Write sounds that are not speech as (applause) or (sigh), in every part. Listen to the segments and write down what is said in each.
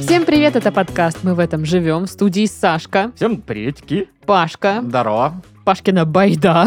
Всем привет, это подкаст «Мы в этом живем». В студии Сашка, Всем приветики. Пашка, Здорово. Пашкина байда.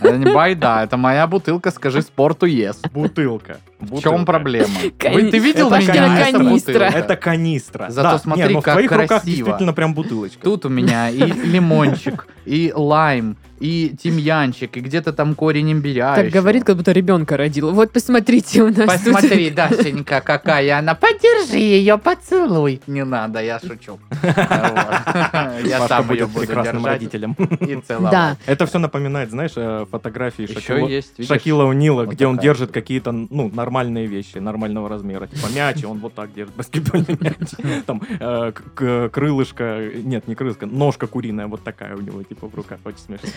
Это не байда, это моя бутылка, скажи спорту ес. Бутылка. В чем проблема? Кани- Вы, ты видел это на меня Пашкина эта канистра. бутылка? Это канистра. Зато Да, смотри, не, ну в как твоих руках красиво. действительно прям бутылочка. Тут у меня и лимончик, и лайм, и тимьянчик, и где-то там корень имбиря Так еще. говорит, как будто ребенка родила. Вот посмотрите у нас тут. Посмотри, Дашенька, какая она. Подержи ее, поцелуй. Не надо, я шучу. Вот. Я Пашка сам будет ее буду прекрасным держать родителем. и целовать. Да, Это все напоминает, знаешь, э, фотографии Еще Шакила, есть, видишь? Шакила Унила, Вот где он такая. держит какие-то ну нормальные вещи нормального размера, типа мяч, и он вот так держит баскетбольный мяч, (laughs) там э, к- к- крылышко, нет, не крылышко, ножка куриная вот такая у него типа в руках, очень смешно.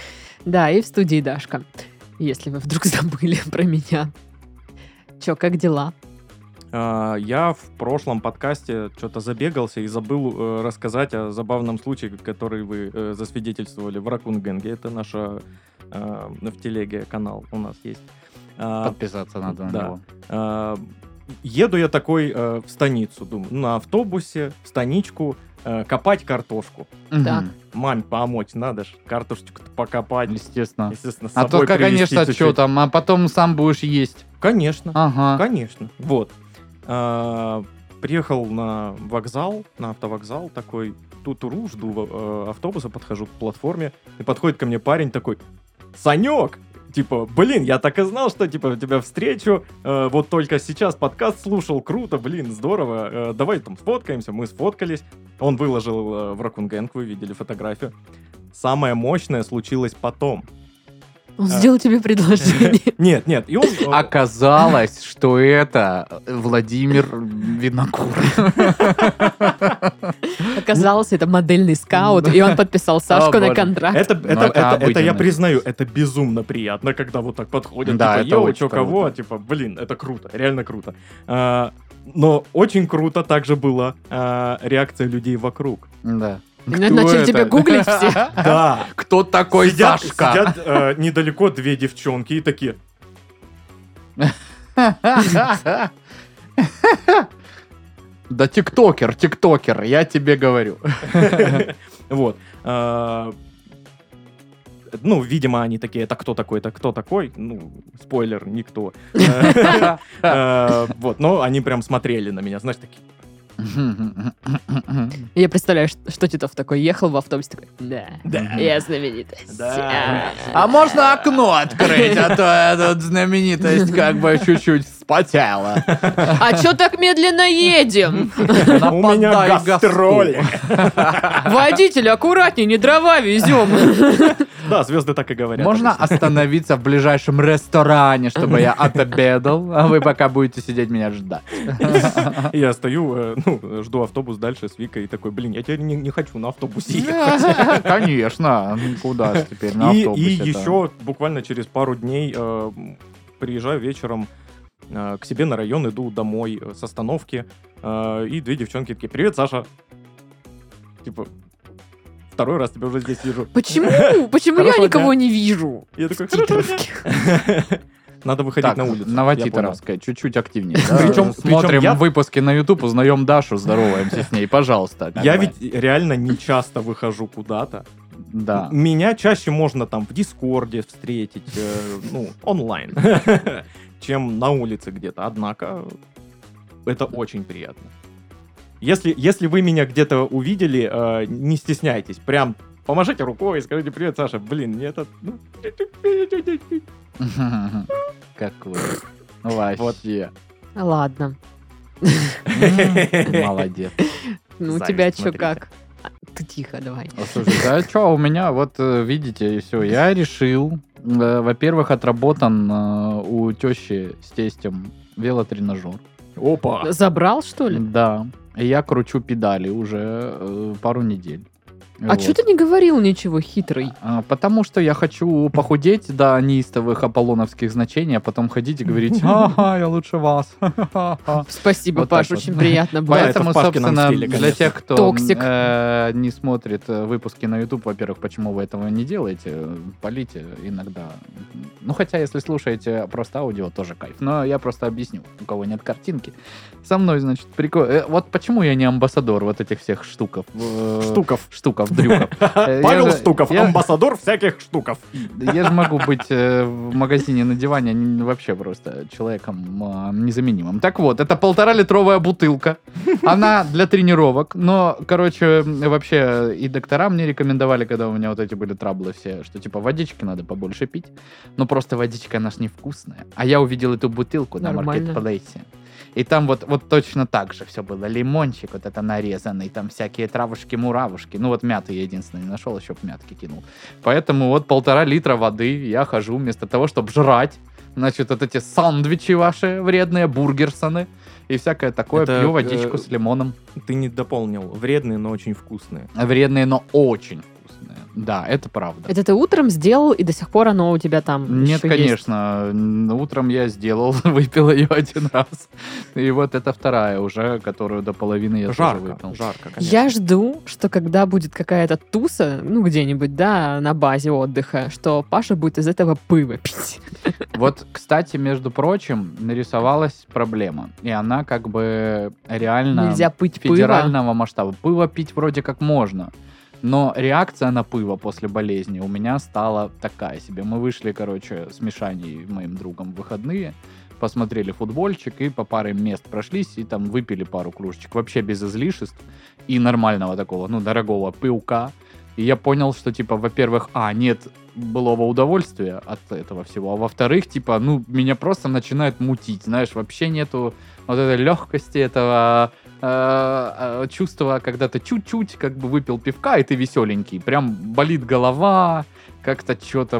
да, и в студии Дашка. Если вы вдруг (laughs) забыли про меня. Че, как дела? А, Я в прошлом подкасте что-то забегался и забыл э, рассказать о забавном случае, который вы э, засвидетельствовали в Ракунгенге. Это наша э, в телеге канал у нас есть. А, Подписаться надо на Да. него. а, Еду я такой э, в станицу, думаю, на автобусе, в станичку, э, копать картошку. Да. Мгм. Маме помочь надо ж, картошечку-то покопать. Естественно. Естественно, с А собой то, конечно, привезти что чуть-чуть. там, а потом сам будешь есть. Конечно. Ага. Конечно. Вот. А, Приехал на вокзал, на автовокзал, такой тутуру, жду в- э, автобуса, подхожу к платформе, и подходит ко мне парень такой, Санек! Типа, блин, я так и знал, что, типа, тебя встречу, э, вот только сейчас подкаст слушал, круто, блин, здорово, э, давай там сфоткаемся, мы сфоткались. Он выложил э, в Ракунгенг, вы видели фотографию. Самое мощное случилось потом. Он А. сделал тебе предложение. (laughs) Нет, нет, и он... э, А Оказалось, что это Владимир Винокур. Оказалось, это модельный скаут, и он подписал Сашку на Ну боже. контракт. Это, это, Ну, это это, это я обыденность. признаю, это безумно приятно, когда вот так подходят, Да, типа, это йоу, очень чё, кого, круто. типа, блин, это круто, реально круто. А, но очень круто также была а, реакция людей вокруг. Да. Они начали тебя гуглить все. Да, (laughs) Кто такой сидят, Сашка? сидят, э, недалеко две девчонки и (laughs) такие, (laughs) Да тиктокер, тиктокер, я тебе говорю. вот. а, ну, видимо, они такие, это кто такой, это кто такой? Ну, спойлер, никто. (laughs) (laughs) Э, Вот, но они прям смотрели на меня, знаешь, такие, Я представляю, что, что Титов такой ехал в автобусе, такой, да, Да. я знаменитость. Да. А можно окно открыть, а то я тут знаменитость как бы чуть-чуть вспотела. А чё так медленно едем? у меня Нападай, гастроли. (laughs) Водитель, аккуратнее, не дрова везем. Да, звезды так и говорят. Можно обычно. остановиться в ближайшем ресторане, чтобы (laughs) я отобедал, а вы пока будете сидеть меня ждать. Я стою, э, ну, жду автобус дальше с Викой и такой, блин, я теперь не, не хочу на автобусе ехать. (laughs) Конечно, ну куда ж теперь на и, и автобусе-то? еще буквально через пару дней э, приезжаю вечером э, к себе на район, иду домой э, с остановки, э, и две девчонки такие, привет, Саша. Типа, второй раз тебя уже здесь вижу. Почему? Почему я Хорошего никого дня. не вижу? Я такой, «Хорошего дня». Титовки. (laughs) Надо выходить так, на улицу. я понял. Новотитаровская, (laughs) чуть-чуть активнее. да? Причем- смотрим причем я- выпуски на YouTube, узнаем Дашу, здороваемся с ней, пожалуйста. (laughs) как Я бы. ведь реально не часто выхожу куда-то. да. Меня чаще можно там в Дискорде встретить, э, ну, онлайн, (laughs) чем на улице где-то. Однако, это очень приятно. Если, если вы меня где-то увидели, э, не стесняйтесь, прям помашите рукой и скажите «Привет, Саша». Блин, мне это... ну, Какой. ну, (laughs) Вообще. Ладно. М, Молодец. Ну, у Зависть, тебя чё смотрите. как? А, Ты тихо, давай. А, Слушай, да что, у меня вот, э, видите, и все, я решил. э, Во-первых, отработан э, у тещи с тестем велотренажер. Опа! Забрал, что ли? Да. И я кручу педали уже э, пару недель. А что ты не говорил ничего, хитрый? А, Потому что я хочу похудеть до неистовых аполлоновских значений, а потом ходить (laughs) и говорить, ага, я лучше вас. (laughs) ха-ха-ха». Спасибо, Вот так Паш, вот. очень приятно было. Понятно. Поэтому, в Пашкином собственно, стиле, для конечно. тех, кто Токсик. э, не смотрит э, выпуски на YouTube, во-первых, почему вы этого не делаете, э, полите иногда. Ну, хотя, если слушаете просто аудио, тоже кайф. Но я просто объясню, у кого нет картинки. Со мной, значит, прикольно. вот почему я не амбассадор вот этих всех штуков. э, Штуков. Штуков, дрюков. Э, (laughs) я Павел же- Штуков, я- амбассадор всяких штуков. Да Я же могу быть э, в магазине на диване н- вообще просто человеком э, незаменимым. Так вот, это полтора литровая бутылка. Она для тренировок, но, короче, вообще и доктора мне рекомендовали, когда у меня вот эти были траблы все, что типа водички надо побольше пить. Но просто водичка, она ж невкусная. А я увидел эту бутылку на Нормально. маркетплейсе. И там вот, вот точно так же все было. Лимончик вот это нарезанный, там всякие травушки-муравушки. Ну вот мяты я единственное не нашел, еще б мятки кинул. Поэтому вот полтора литра воды я хожу вместо того, чтобы жрать. Значит, вот эти сандвичи ваши вредные, бургерсоны и всякое такое. Это, Пью водичку э, с лимоном. Ты не дополнил. Вредные, но очень вкусные. Вредные, но очень вкусные. Да, это правда. Это ты утром сделал, и до сих пор оно у тебя там Нет, ещё есть? конечно. н- Утром я сделал, (laughs) выпил ее один раз. И вот это вторая уже, которую до половины я тоже жарко, выпил. жарко, конечно. Я жду, что когда будет какая-то туса, ну, где-нибудь, да, на базе отдыха, что Паша будет из этого пыва пить. Вот, кстати, между прочим, нарисовалась проблема. И она как бы реально... Нельзя пыть пыва. федерального масштаба. Пыво пить вроде как можно. Но реакция на пыво после болезни у меня стала такая себе. Мы вышли, короче, с Мишаней, моим другом, в выходные, посмотрели футбольчик и по паре мест прошлись, и там выпили пару кружечек. Вообще без излишеств и нормального такого, ну, дорогого пылка. И я понял, что, типа, во-первых, а, нет былого удовольствия от этого всего, а во-вторых, типа, ну, меня просто начинает мутить, знаешь, вообще нету вот этой легкости этого э, э, чувства, когда ты чуть-чуть как бы выпил пивка, и ты веселенький. Прям болит голова, как-то что-то,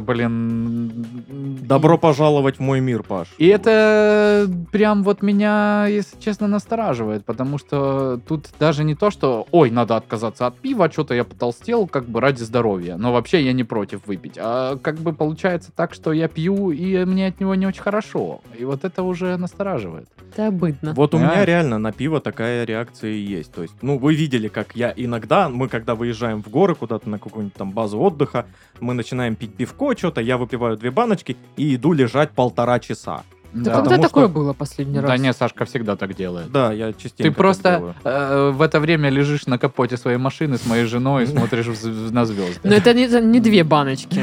блин... Добро пожаловать в мой мир, Паш. И это прям вот меня, если честно, настораживает, потому что тут даже не то, что ой, надо отказаться от пива, что-то я потолстел, как бы ради здоровья, но вообще я не против выпить. А как бы получается так, что я пью, и мне от него не очень хорошо. И вот это уже настораживает. Это обыдно. Вот у меня Понимаешь? реально на пиво такая реакция и есть. То есть, ну, вы видели, как я иногда, мы когда выезжаем в горы куда-то на какую-нибудь там базу отдыха, мы начинаем пить пивко, что-то, я выпиваю две баночки и иду лежать полтора часа. Да Да. когда потому такое что- было последний раз? Да не, Сашка всегда так делает. Да, я частенько Ты так делаю. просто э, в это время лежишь на капоте своей машины с моей женой и смотришь в- в- на Но звезды. Ну, это не, это не две (laughs) баночки,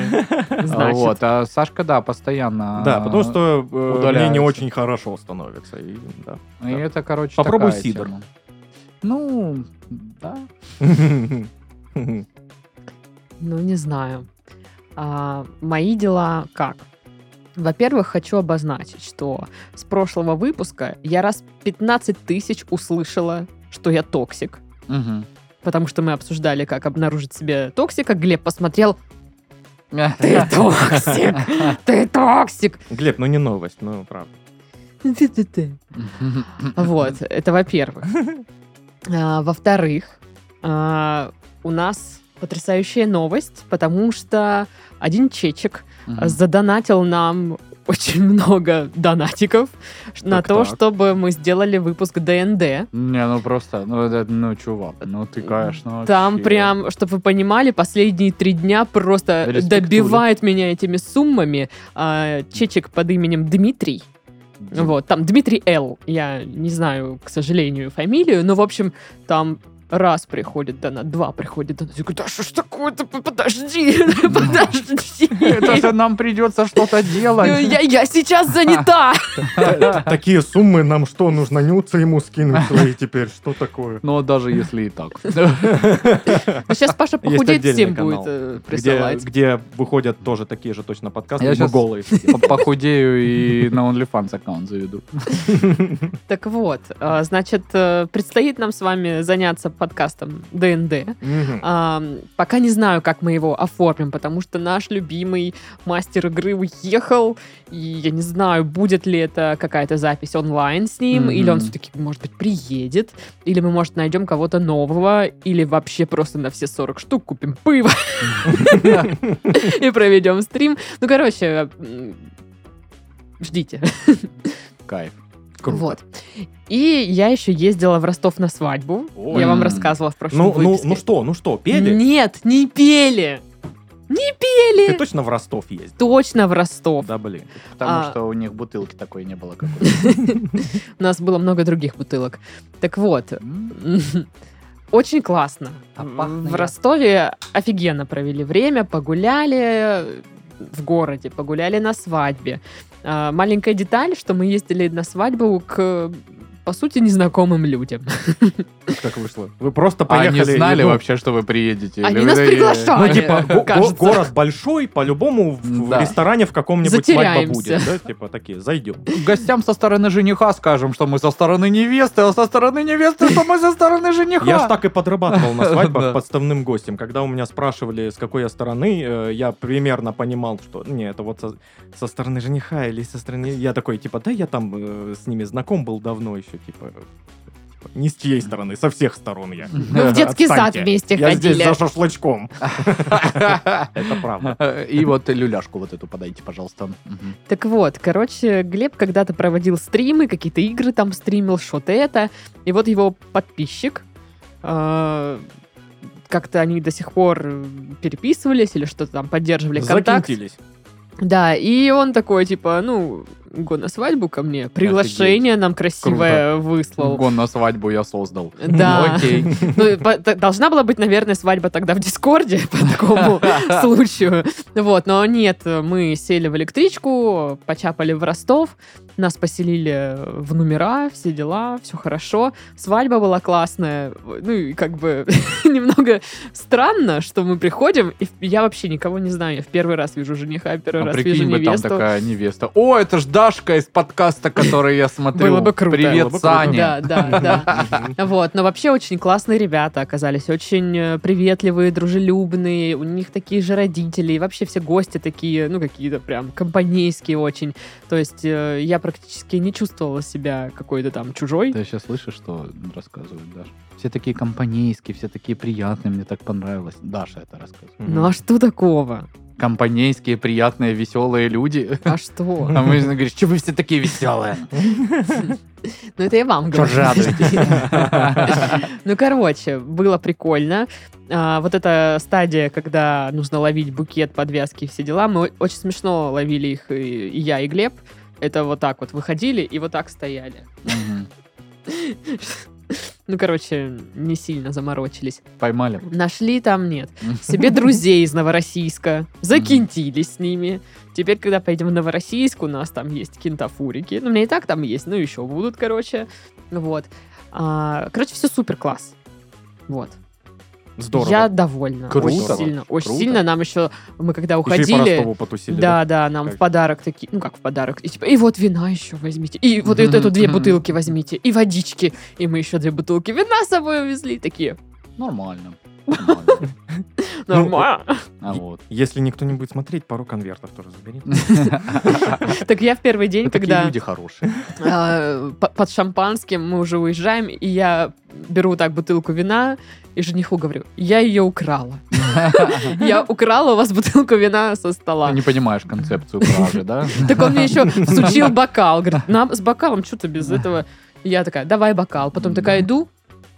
А, значит. Вот, а Сашка, да, постоянно. Да, потому что э, мне не удаляются. очень хорошо становится. и да. (laughs) И это, короче, Попробуй такая сидр. тема. Ну, да. Ну, не знаю. А, мои дела как? Во-первых, хочу обозначить, что с прошлого выпуска я раз 15 тысяч услышала, что я токсик. Мгм. Потому что мы обсуждали, как обнаружить себе токсика. Глеб посмотрел, ты (laughs) Да, токсик, ты токсик. Глеб, ну не новость, ну (laughs) правда. Ты-ты-ты. Вот, это (laughs) во-первых. А, Во-вторых, а, у нас потрясающая новость, потому что один чечек Мгм. задонатил нам очень много донатиков на то, Так-так. чтобы мы сделали выпуск ДНД. Не, ну просто, ну, это, ну, чувак, ну ты, конечно, Там вообще. прям, чтобы вы понимали, последние три дня просто Респектуля. добивает меня этими суммами а, чечек под именем Дмитрий. Вот, там Дмитрий Л. Я не знаю, к сожалению, фамилию, но, в общем, там раз приходит донат, два приходит донат. Я говорю, да что ж такое-то, подожди, (laughs) подожди. Ну, Это же нам придется что-то делать. Я- я сейчас (laughs) занята. Такие суммы нам что, нужно нюцы ему (laughs) скинуть свои теперь? Что такое? Но даже если и так. Ну, сейчас Паша Есть похудеть отдельный всем канал, будет э, Где, присылать. где выходят тоже такие же точно подкасты. Я мы щас- голые. По- Похудею и на OnlyFans аккаунт заведу. а, Так вот, э, значит, э, предстоит нам с вами заняться подкастом ДНД. Мгм. А, пока не знаю, как мы его оформим, потому что наш любимый мастер игры уехал, и я не знаю, будет ли это какая-то запись онлайн с ним, Мгм. или он все-таки, может быть, приедет, или мы, может, найдем кого-то нового, или вообще просто на все 40 штук купим (laughs) пиво и проведем стрим. Ну, короче, м, ждите. Кайф. Круто. Вот. И я еще ездила в Ростов на свадьбу. Ой. Я вам М. рассказывала в прошлом Ну, ну, выпуске. ну что, ну что, пели? Нет, не пели. Не пели. Ты точно в Ростов ездил? Точно в Ростов. Да, блин. Потому А. что у них бутылки такой не было какой-то. У нас было много других бутылок. Так вот, (laughs) М, очень классно. А пахнет. В Ростове офигенно провели время, погуляли э, в городе, погуляли на свадьбе. А, Маленькая деталь, что мы ездили на свадьбу к, э, по сути, незнакомым людям. Как вышло? Вы просто А поехали... не знали ну, вообще, что вы приедете? Они Или нас вы- приглашали. Ну, типа, го- го- Кажется. город большой, по-любому в в Да. ресторане в каком-нибудь свадьба Затеряемся. будет. Да, типа такие, зайдем. Гостям со стороны жениха скажем, что мы со стороны невесты, а со стороны невесты, что мы со стороны жениха. Я ж так и подрабатывал на Да. (laughs) свадьбах подставным гостем. Когда у меня спрашивали, с какой я стороны, э, я примерно понимал, что не, это вот со, со стороны жениха или со стороны... Я такой, типа, да, я там э, с ними знаком был давно еще, типа... э, типа, Не с чьей стороны, со всех сторон я. Мы Ну, в детский сад Отстаньте. вместе Я здесь ходили. за шашлычком. Это правда. (laughs) И вот люляшку вот эту подайте, пожалуйста. Мгм. Так вот, короче, Глеб когда-то проводил стримы, какие-то игры там стримил, что-то это. И вот его подписчик, э, как-то они до сих пор э, переписывались или что-то там поддерживали контакт. Закинтились. Да, и он такой, типа, ну, го на свадьбу ко мне, приглашение нам красивое выслал. Угу. Гон на свадьбу я создал. Да. Ну, окей. Ну, по- т- должна была быть, наверное, свадьба тогда в Дискорде (laughs) по такому (laughs) случаю. Вот, но нет, мы сели в электричку, почапали в Ростов, нас поселили в номера, все дела, все хорошо. Свадьба была классная. Ну, и как бы (laughs) немного странно, что мы приходим, и я вообще никого не знаю. Я в первый раз вижу жениха, первый А раз вижу прикинь бы, там невесту. такая невеста. О, это ж Дашка из подкаста, который я смотрю. Было бы круто. Привет, Было бы круто. Саня. Да, да, да. Мгм. Вот, но вообще очень классные ребята оказались, очень э, приветливые, дружелюбные, у них такие же родители, и вообще все гости такие, ну, какие-то прям компанейские очень. То есть э, я практически не чувствовала себя какой-то там чужой. Ты сейчас слышишь, что рассказывают, Даша? Все такие компанейские, все такие приятные, мне так понравилось. Даша это рассказывает. Ну а что такого? Компанейские, приятные, веселые люди. А что? А мы говоришь, что вы все такие веселые? Ну это я вам Что говорю. радуетесь? (laughs) Ну, короче, было прикольно. А, вот эта стадия, когда нужно ловить букет, подвязки и все дела, мы о- очень смешно ловили их и, и я, и Глеб. Это вот так вот выходили и вот так стояли. Мгм. Ну, короче, не сильно заморочились. Поймали. Нашли там (laughs) нет. Себе друзей из Новороссийска. Закинтились с ними. Теперь, когда поедем в Новороссийск, у нас там есть кентафурики. Ну, у меня и так там есть, но еще будут, короче. Вот. А, короче, все супер класс. Вот. Здорово. Я довольна. Круто Очень вообще, сильно. Очень круто. сильно нам еще, мы когда Еще и по уходили... Ростову потусили. Да, да, нам Как? в подарок такие, ну как в подарок, и типа, и вот вина еще возьмите, и вот Мгм, эту две мгм. бутылки возьмите, и водички, и мы еще две бутылки вина с собой увезли, такие, Нормально. Нормально. Ну, нормально. А вот. (laughs) Если никто не будет смотреть, пару конвертов тоже заберите. Э, Так я в первый день, Вы Такие когда люди хорошие. э, по- под шампанским мы уже уезжаем, и я беру так бутылку вина, и жениху говорю, я ее украла. Я украла у вас бутылку вина со стола. Не понимаешь концепцию кражи, да? Так он мне (laughs) еще всучил бокал. Говорит, нам с бокалом что-то без этого. И Я такая, давай бокал. Потом такая иду.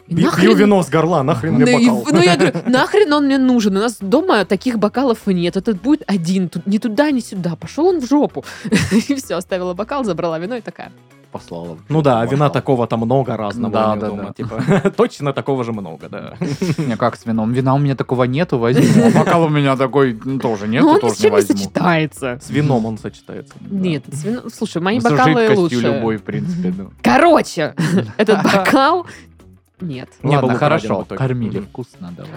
и Пью нахрен- пью вино с горла, нахрен Ну, мне и- бокал. ну, я (laughs) говорю, нахрен он мне нужен? У нас дома таких бокалов и нет. Этот будет один. Тут ни туда, ни сюда. Пошел он в жопу. (laughs) И все, оставила бокал, забрала вина и такая. Послала. в Ну да, а жопу, вина пошла. такого там много разного. Да, у меня да, дома, да. Типа, (laughs) точно такого же много, да. Не, как с вином? Вина у меня такого нету, возьму. А бокал у меня такой ну, тоже Но нету, он ни с тоже не чем не возьму. сочетается. С вином он сочетается. Нет, с вино- слушай, мои Ну, С бокалы жидкостью лучше. любой, в принципе. ну. Короче, (laughs) этот бокал... Нет. Не был Ладно, украден в хорошо, итоге. кормили Мгм. вкусно, давай.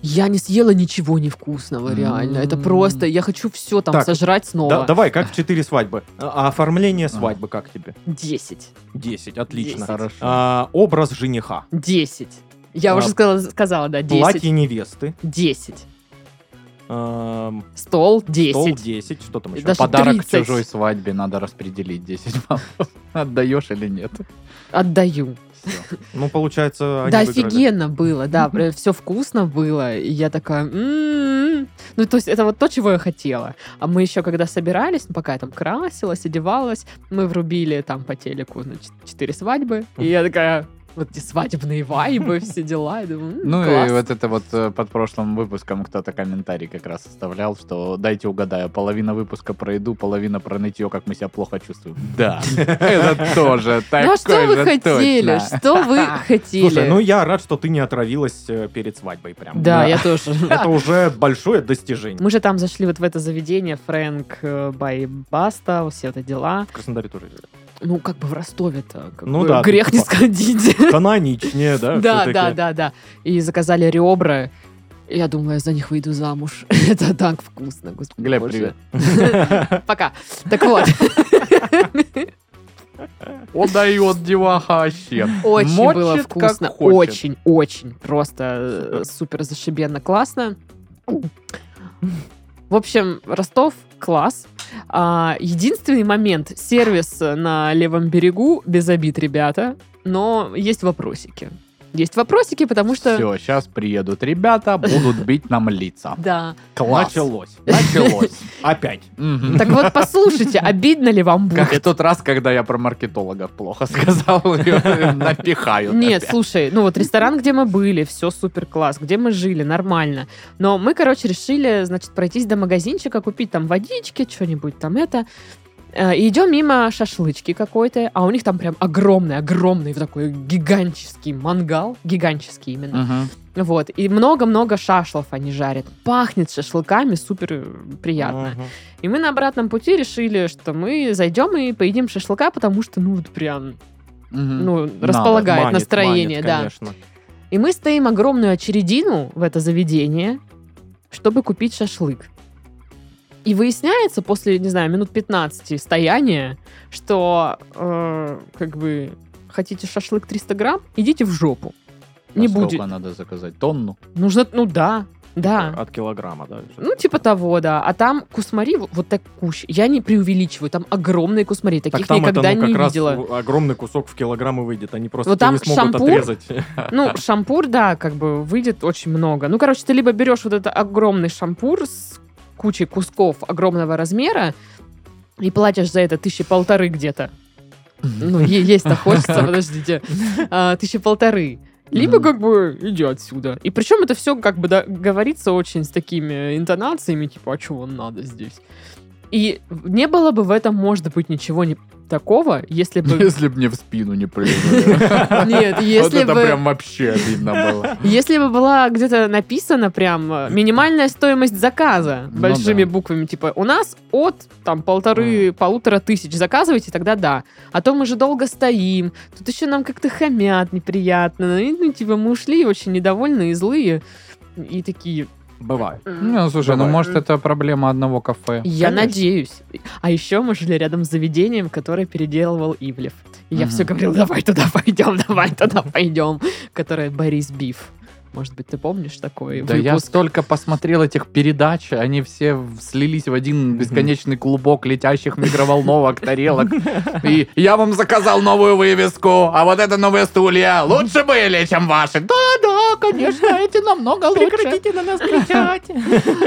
Я не съела ничего невкусного, реально. Это М. просто... Я хочу все там Так, сожрать Да, снова. давай, как в четыре свадьбы. А а оформление Ага. свадьбы как тебе? Десять. Десять, отлично. Десять. Хорошо. А, Образ жениха. Десять. Я А, уже сказала, сказала, да, 10. Платье невесты. 10. эм, Стол 10. Стол 10. Что там еще? Даже Подарок 30. чужой свадьбе надо распределить 10 баллов. Отдаешь или нет? Отдаю. Всё. Ну, получается, они да, выиграли. офигенно было, (laughs) да, все вкусно было, и я такая, «М-м-м». ну, то есть это вот то, чего я хотела. А мы еще, когда собирались, ну, пока я там красилась, одевалась, мы врубили там по телеку, значит, четыре свадьбы, и я такая, вот эти свадебные (laughs) вайбы, все дела, я думаю, «М, Ну и класс». вот это вот э, под прошлым выпуском кто-то комментарий как раз оставлял, что дайте угадаю, половина выпуска пройду, половина про нытье, как мы себя плохо чувствуем. Да, (laughs) это (laughs) тоже Ну, а что такой вы же хотели? точно. Что (laughs) вы Слушай, ну хотели? я рад, что ты не отравилась э, перед свадьбой прям. Да, да. я тоже. Это уже большое достижение. Мы же там зашли вот в это заведение Фрэнк э, Бай Баста, все это дела. В Краснодаре тоже. жили. Ну, как бы в Ростове-то. как Ну бы да, Грех не типа. сходить. (laughs) Каноничнее, да? Да, всё-таки? да, да, да. И заказали ребра. Я думала, я за них выйду замуж. (laughs) Это так вкусно, господи. Глеб, боже. Пока. Так (laughs) вот, Отдает деваха вообще. очень Мочит, было как вкусно. хочет. Очень, очень. Просто э, супер зашибенно классно. В общем, Ростов класс. А, единственный момент, сервис на левом берегу, без обид, ребята, но есть вопросики. Есть вопросики, потому что... Все, сейчас приедут ребята, будут бить нам лица. Да. Класс. Началось. (laughs) Началось. Опять. Мгм. Так вот, послушайте, обидно ли (laughs) вам будет? Как в тот раз, когда я про маркетологов плохо (laughs) сказал, напихают. Нет, опять. слушай, ну вот ресторан, где мы были, все супер класс, где мы жили, нормально. Но мы, короче, решили, значит, пройтись до магазинчика, купить там водички, что-нибудь там это. Э, И идем мимо шашлычки какой-то, а у них там прям огромный, огромный вот такой гигантский мангал, гигантский именно. Мгм. Вот, и много-много шашлов они жарят. Пахнет шашлыками, супер э, приятно. Мгм. И мы на обратном пути решили, что мы зайдем и поедим шашлыка, потому что, ну, вот прям, Мгм. ну, располагает Манит, настроение, манит, да. конечно. И мы стоим огромную очередину в это заведение, чтобы купить шашлык. И выясняется после, не знаю, минут 15 стояния, что э, как бы хотите шашлык 300 грамм, идите в жопу. А Не сколько будет. надо заказать? Тонну? Нужно, ну да, да. А. От килограмма, да. Ну, типа того, да. А там кусмари вот- вот так кущ. Я не преувеличиваю, там огромные кусмари. Таких так там никогда это, ну, как не раз видела. у- огромный кусок в килограмм и выйдет. Они просто Ну, тебе там не смогут шампур. отрезать. Ну, шампур, да, как бы выйдет очень много. Ну, короче, ты либо берешь вот этот огромный шампур с кучей кусков огромного размера и платишь за это тысячи полторы где-то. Ну, е- есть-то (laughs) хочется, подождите. А, Тысячи полторы. Либо Мгм. как бы иди отсюда. И причем это все как бы да, говорится очень с такими интонациями, типа, а чего надо здесь? И не было бы в этом, может быть, ничего не такого, если (laughs) бы... Ну, Если бы мне в спину не (laughs) плюнули. Нет, Вот если это бы... прям вообще обидно было. Если бы была где-то написана прям э, минимальная стоимость заказа Ну большими да. буквами, типа у нас от там полторы, полутора тысяч заказывайте, тогда да. А то мы же долго стоим, тут еще нам как-то хамят неприятно. И, ну, типа мы ушли очень недовольные и злые. И такие... Бывает. Ну, слушай, ну Давай. может это проблема одного кафе. Я Конечно. надеюсь. А еще мы жили рядом с заведением, которое переделывал Ивлев. И я Мгм. все говорила, давай туда пойдем, давай туда пойдем. Которое Борис Биф. Может быть, ты помнишь такой Да я выпуск? столько посмотрел этих передач, они все в- слились в один бесконечный клубок летящих (laughs) микроволновок, тарелок. И я вам заказал новую вывеску, а вот это новые стулья лучше были, чем ваши. Да-да, конечно, эти намного лучше. на нас кричать.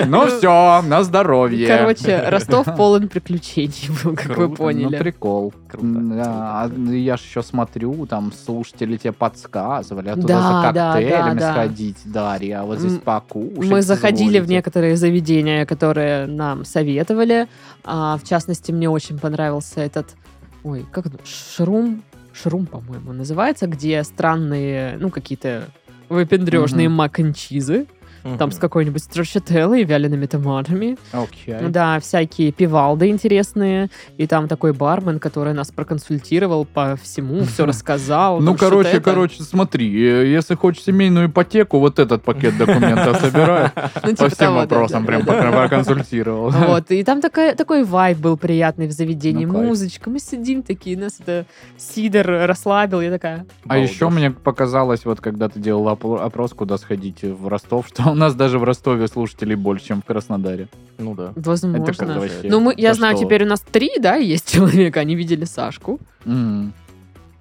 Ну все, на здоровье. Короче, Ростов полон приключений (laughs) был, как вы Круто, Ну, поняли. прикол. Круто. Да, а я же еще смотрю, там слушатели тебе подсказывали, а туда Да, за да, коктейлями да, да. сходить, Дарья, а вот здесь М, покушать. Мы заходили в изволите. некоторые заведения, которые нам советовали. А, в частности, мне очень понравился этот... Ой, как это? Шрум? Шрум, по-моему, он называется, где странные, ну, какие-то выпендрежные Мгм. мак-н-чизы. (laughs) там с какой-нибудь страшителлой и вялеными томатами. Окей. Ну, Да, всякие пивалды интересные. И там такой бармен, который нас проконсультировал по всему, все рассказал. Ну, там что-то короче, это. короче, смотри, э, если хочешь семейную ипотеку, вот этот (laughs) пакет документов собирай. Ну, По типа всем того, да, вопросам да, прям да, Ну, да. проконсультировал. Вот, и там такая, такой вайб был приятный в заведении, Ну, кайф. музычка. Мы сидим такие, нас это сидор расслабил, я такая... А еще мне показалось, вот когда ты делал опо- опрос, куда сходить в Ростов, (laughs) что у нас даже в Ростове слушателей больше, чем в Краснодаре. Ну да. Возможно. Это как вообще? ну, мы, я Да знаю, что? теперь у нас три, да, есть (laughs) человека, они видели Сашку. М.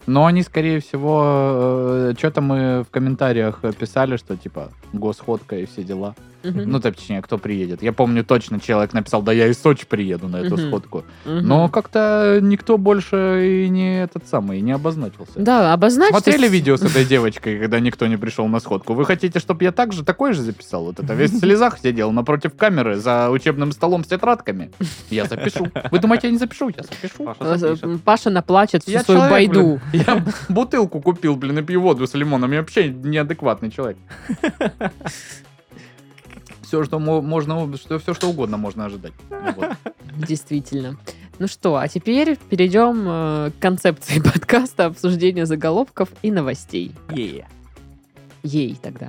Но они, скорее всего, что-то мы в комментариях писали, что типа госходка и все дела. Мгм. Ну, точнее, кто приедет. Я помню, точно человек написал, да я из Сочи приеду на эту Мгм. сходку. Мгм. Но как-то никто больше и не этот самый, и не обозначился. Да, обозначь. Смотрели что- видео с этой девочкой, когда никто не пришел на сходку? Вы хотите, чтобы я так же, такой же записал? Вот это (laughs) весь в слезах сидел напротив камеры за учебным столом с тетрадками? Я запишу. Вы думаете, я не запишу? Я запишу. Паша запишет. Э, Паша наплачет всю Я свою человек, байду. Я бутылку купил, блин, и пью воду с лимоном. Я вообще неадекватный человек. Все, что мо- можно, что, все, что угодно можно ожидать. Вот. Действительно. Ну что, а теперь перейдем э, к концепции (laughs) подкаста, обсуждения заголовков и новостей. (laughs) Ей тогда.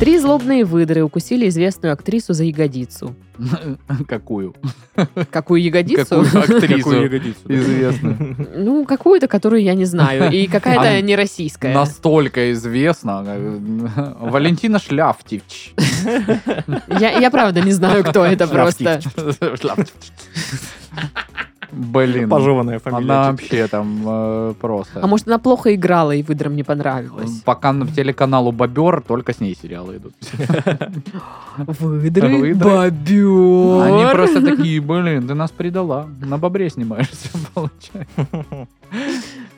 Три злобные выдры укусили известную актрису за ягодицу. Какую? Какую ягодицу? Какую Какую актрису ягодицу? да. известную? Ну, какую-то, которую я не знаю. (laughs) И какая-то А, не российская. Настолько известно. э, Валентина Шляфтич. Я, я правда не знаю, (laughs) кто это просто. Шляфтич. Блин. Пожеванная фамилия. Она вообще там э, просто. А может, она плохо играла и выдрам не понравилось? Пока на- в телеканалу Бобер только с ней сериалы идут. Выдры, Выдры. бобер. Они просто такие, блин, ты нас предала. На бобре снимаешься, (laughs) получается.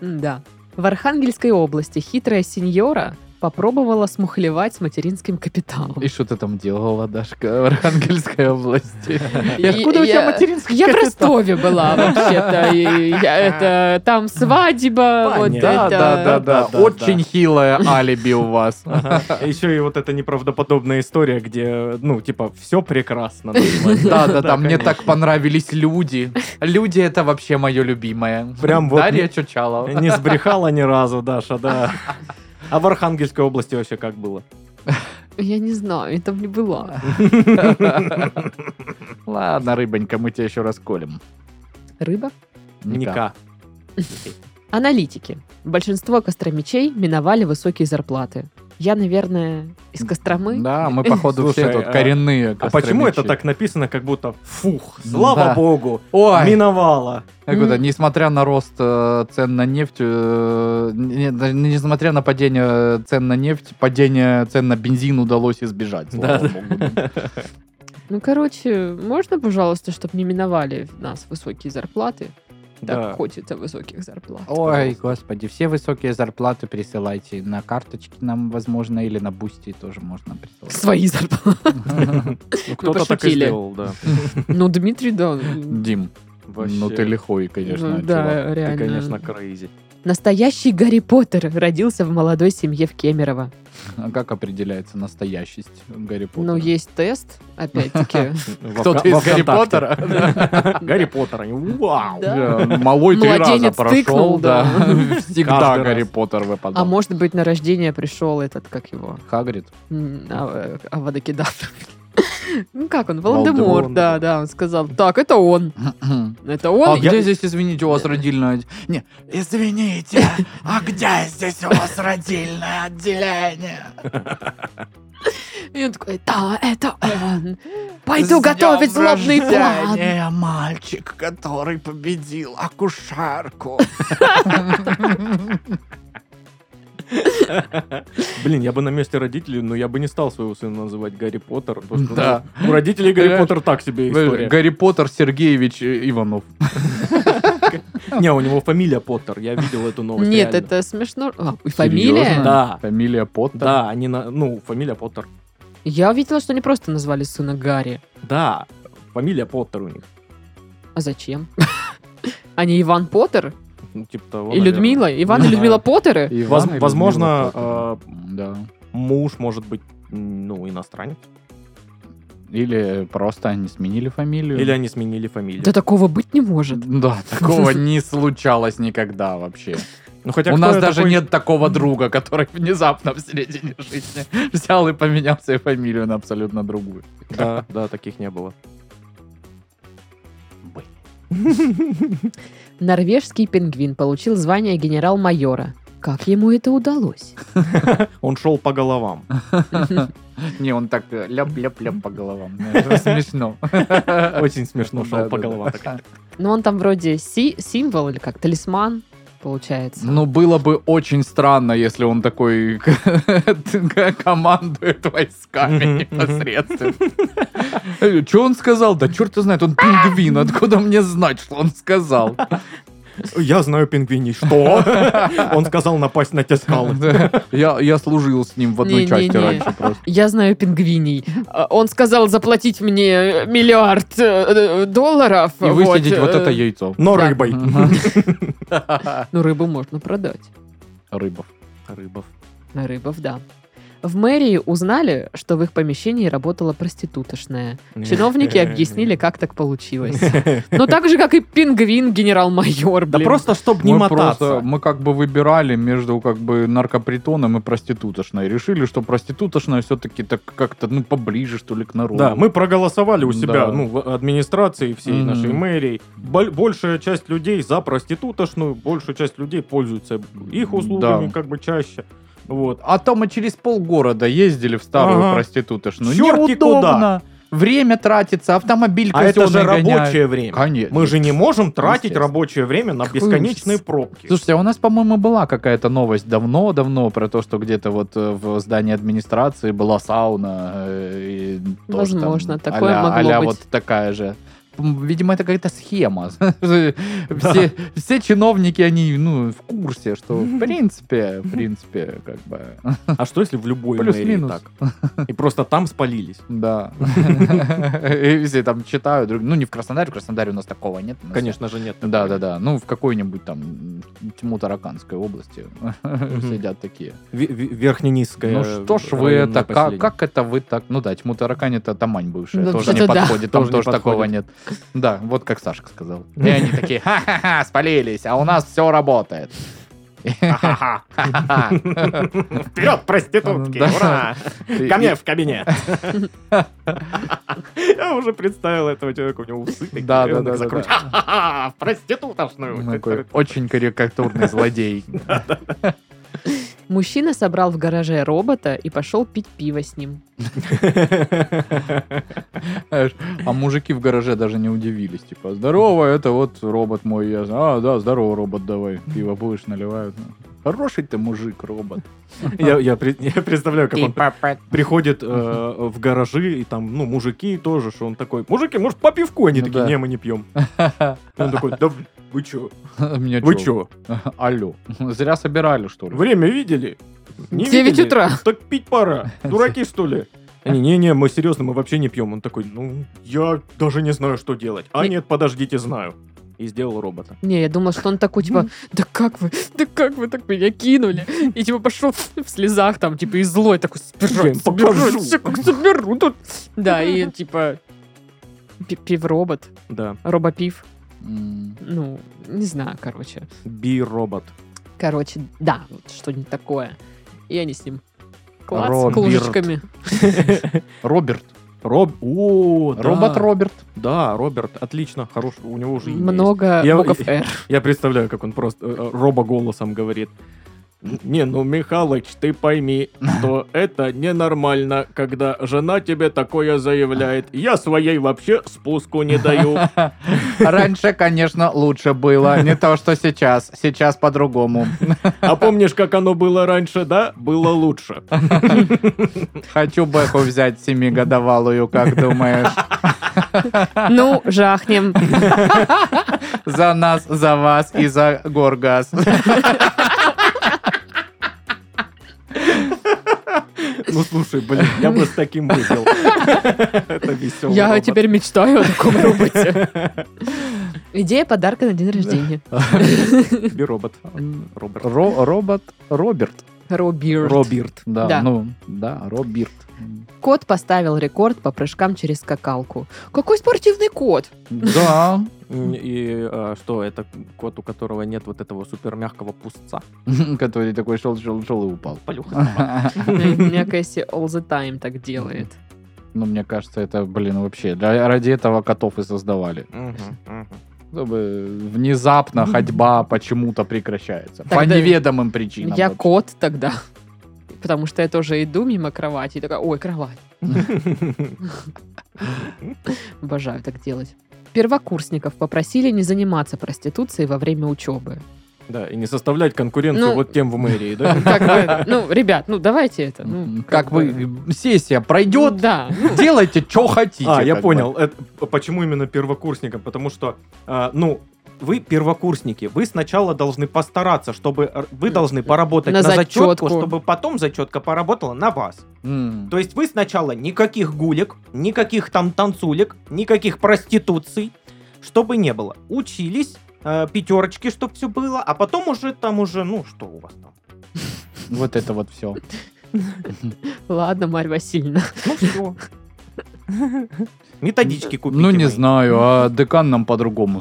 Да. В Архангельской области хитрая сеньора попробовала смухлевать с материнским капиталом. И что ты там делала, Дашка, в Архангельской области? И- И откуда у тебя я- материнский Я в капитал? Ростове была вообще-то. и (laughs) я это, там свадьба, вот Понятно. Да, это. да, да, да. Да, да, Очень да. хилое алиби у вас. Еще типа. А и вот эта неправдоподобная история, где, ну, типа, все прекрасно. (laughs) Да, да, да, мне конечно. так понравились люди. Люди это вообще мое любимое. Прям вот Дарья не- Чучалова. (laughs) Не сбрехала ни разу, Даша, да. А в Архангельской области вообще как было? Я не знаю, я там не была. Ладно, рыбонька, мы тебя еще расколем. Рыба? Ника. Аналитики. Большинство костромичей миновали высокие зарплаты. Я, наверное, из Костромы. Да, мы походу все Слушай, тут а- коренные. А почему это костромичи. так написано, как будто фух, слава Ну Да. богу, Ой, миновала. как будто, несмотря на рост э, цен на нефть, э, не- даже несмотря на падение цен на нефть, падение цен на бензин удалось избежать. слава богу. (laughs) Ну, короче, можно, пожалуйста, чтобы не миновали нас высокие зарплаты? Так Да. хочется высоких зарплат. Ой, господи, все высокие зарплаты присылайте на карточки нам, возможно, или на бусти тоже можно присылать. Свои зарплаты. Ну, Кто-то так и пошутили. сделал, да. Ну, Дмитрий, да. ну, (laughs) (laughs) Дим, ну ты лихой, ну, конечно, чувак. Да, Ты, реально. конечно, крейзи. Настоящий Гарри Поттер родился в молодой семье в Кемерово. А как определяется настоящесть Гарри Поттера? Ну, есть тест, опять-таки. Кто-то из Гарри (laughs) Поттера? (laughs) Гарри Поттера. Вау! Да. Да, Малой три Младенец раза прошел, тыкнул, да. (laughs) да. Всегда Каждый Гарри раз. Поттер А выпадал. может быть, на рождение пришел этот, как его, Хагрид? м, а- э, Авадокедавр. (laughs) Ну, как он, Волдеморт. Волдеморт, да, да, он сказал, так, это он, это он. А где здесь, извините, у вас родильное... отде- Не, извините, а где здесь у вас родильное отделение? И он такой, да, это он. Пойду готовить злобный план. план. мальчик, который победил акушарку. Блин, я бы на месте родителей, но я бы не стал своего сына называть Гарри Поттер. потому что, Да. ну, У родителей Гарри Понимаешь? Поттер так себе история. Гарри Поттер Сергеевич э, Иванов. Не, у него фамилия Поттер, я видел эту новость. Нет, реально. это смешно. А, и Серьезно? фамилия? Да. Фамилия Поттер. Да, они на... Ну, фамилия Поттер. Я видела, что они просто назвали сына Гарри. Да, фамилия Поттер у них. (laughs) А зачем? А не Иван Поттер? ну, типа того. И наверное. Людмила, Иван и знаю. (laughs) Людмила Поттеры. Иван Воз- и Людмила возможно, Котова. Да. Муж может быть, м, ну, иностранец. Или просто они сменили фамилию. Или они сменили фамилию. Да такого быть не может. Да, (laughs) такого не случалось никогда вообще. Ну, хотя У кто нас я даже такой- нет такого друга, который внезапно в середине жизни (laughs) взял и поменял свою фамилию на абсолютно другую. Да, да, таких не было. Норвежский пингвин получил звание генерал-майора. Как ему это удалось? Он шел по головам. Не, он так э, ляп-ляп-ляп по головам. (laughs) Это Смешно. Очень смешно шел Да, по да, головам. да. Ну, он там вроде си- символ или как, талисман, получается. Ну, было бы очень странно, если он такой (laughs) командует Мгм, войсками мгм. непосредственно. Что он сказал? Да черт его знает, он пингвин, откуда мне знать, что он сказал? Я знаю пингвиней. Что? Он сказал напасть на те скалы. Да. Я я служил с ним в одной Не-не-не. части раньше просто. Я знаю пингвиний. А, Он сказал заплатить мне э, миллиард э, э, долларов. И высадить вот э, это яйцо. Но Да. рыбой. (laughs) Ну, рыбу можно продать. Рыбов. Рыбов. На рыбов, да. В мэрии узнали, что в их помещении работала проститутошная. (laughs) Чиновники объяснили, как так получилось. Но так же, как и пингвин генерал-майор, Да блин. просто, чтобы не Мы просто, мотаться. мы как бы выбирали между как бы наркопритоном и проститутошной. Решили, что проститутошная все-таки так как-то, ну, поближе, что ли, к народу. Да, мы проголосовали у себя, Да. ну, в администрации всей Мгм. нашей мэрии. Боль- большая часть людей за проститутошную, большая часть людей пользуется их услугами Да. как бы чаще. Вот. А то мы через полгорода ездили в старую Ага. проститутошную. Чёрт-ки Неудобно. Время тратится, автомобиль А это же казённый гоняют. рабочее время. Конечно. Мы же не можем тратить Естественно. рабочее время на Какой бесконечные ужас. пробки. Слушайте, а у нас, по-моему, была какая-то новость давно-давно про то, что где-то вот э, в здании администрации была сауна. э, и тоже там Возможно, такое могло а-ля быть. вот такая же. М, Видимо, это какая-то схема. (laughs) Все все чиновники, они, ну, в курсе, что, в принципе, в принципе, как бы, (laughs) А что если в любой мэрии плюс-минус. так? И просто там спалились. Да. (laughs) И все там читают. друг- Ну, не в Краснодаре, в Краснодаре у нас такого нет. у нас- Конечно же нет. Да, да, да. Ну, в какой-нибудь там тьму Тараканской области (laughs) сидят такие. Ви- ви- Верхненизкая. Ну что ж вы районное это, как, поселение. как это вы так... Ну да, тьму таракань это Тамань бывшая, Да, тоже не это да. подходит, там Тоже не тоже такого подходит. нет. Да, вот как Сашка сказал. И они такие, ха-ха-ха, спалились, а у нас все работает. (laughs) Ха-ха-ха. Ха-ха-ха. Вперед, проститутки! Да. Ура! И- Ко и- мне в (laughs) кабинет. Я уже представил этого человека, у него усы такие. Да, и да, он да, их закрутит. да, да. Ха-ха-ха, в проститутошную. Такой Очень карикатурный злодей. Мужчина собрал в гараже робота и пошел пить пиво с ним. Знаешь, А мужики в гараже даже не удивились. Типа, здорово, это вот робот мой. Я знаю, а, да, здорово, робот, давай. Пиво будешь, наливают. Хороший ты мужик, робот. (laughs) Я я пред- (laughs) я представляю, как он папа. приходит э, в гаражи, и там, ну, мужики тоже, что он такой, мужики, может, по пивку? Они Ну такие, да. не, мы не пьем. Он такой, да вы чё? Мне Вы чё? А чё? Алло, зря собирали, что ли? Время видели? Не 9 видели? утра. Так пить пора. Дураки, что ли? Они, не-не, мы серьезно, мы вообще не пьем. Он такой, ну, я даже не знаю, что делать. А Не- нет, подождите, знаю. И сделал робота. Не, я думала, что он такой, типа, да как вы, да как вы так меня кинули? И типа пошел в слезах там, типа, и злой такой, Я им собирать, покажу». собирать, всё как соберу тут. Да, и типа, пи- пивробот, Да, робопив, М, ну, не знаю, короче. би-робот. Короче, да, вот что-нибудь такое. И они с ним клац, Роберт. кружечками. Роберт. Роб... О, да. Робот Роберт. Да, Роберт, отлично, хорош, у него уже имя есть. Много Я- букв (laughs) «Р». Я представляю, как он просто э, э, робоголосом говорит. Не, ну, Михалыч, ты пойми, (laughs) что это ненормально, когда жена тебе такое заявляет. Я своей вообще спуску не даю. Раньше, конечно, лучше было. Не то, что сейчас. Сейчас по-другому. А помнишь, как оно было раньше, да? Было лучше. Хочу Бэху взять семигодовалую, как думаешь? Ну, (laughs) жахнем. За нас, за вас и за Горгаз. Ну, слушай, блин, я бы с таким выпил. (laughs) Это весело. Я теперь мечтаю о таком роботе. (laughs) Идея подарка на день рождения. Тебе робот. Он Роберт. Ро- робот Роберт. Робир. Роберт. Да, Да. ну, да, Роберт. Кот поставил рекорд по прыжкам через скакалку. Какой спортивный кот? Да. И а, что, это кот, у которого нет вот этого супермягкого пустца? Который такой шел-шел-шел и упал. Плюха. У меня Кэсси all the time так делает. Ну, мне кажется, это, блин, вообще, для- ради этого котов и создавали. Мгм, мгм. Чтобы внезапно ходьба почему-то прекращается. По Тогда неведомым причинам. Я вообще. кот тогда. Потому что я тоже иду мимо кровати и такая, ой, (laughs) кровать. Обожаю так делать. Первокурсников попросили не заниматься проституцией во время учебы. Да, и не составлять конкуренцию Ну, вот тем в мэрии, да? Как бы, ну, ребят, ну давайте это. ну, М, Как бы. вы, сессия Ну, пройдет, Да. делайте, что (laughs) хотите. А, я как бы. понял. Это- Почему именно первокурсникам? Потому что, а, ну, вы первокурсники, вы сначала должны постараться, чтобы р- вы должны поработать Э, На на, зачетку, зачетку. чтобы потом зачетка поработала на вас. М. То есть вы сначала никаких гулек, никаких там танцулек, никаких проституций, чтобы не было. Учились, э, пятерочки, чтобы все было, а потом уже там уже, ну, что у вас там? Вот это вот все. Ладно, Марья Васильевна. Ну, (laughs) все. Методички купите. Ну, не мои. знаю, а декан нам по-другому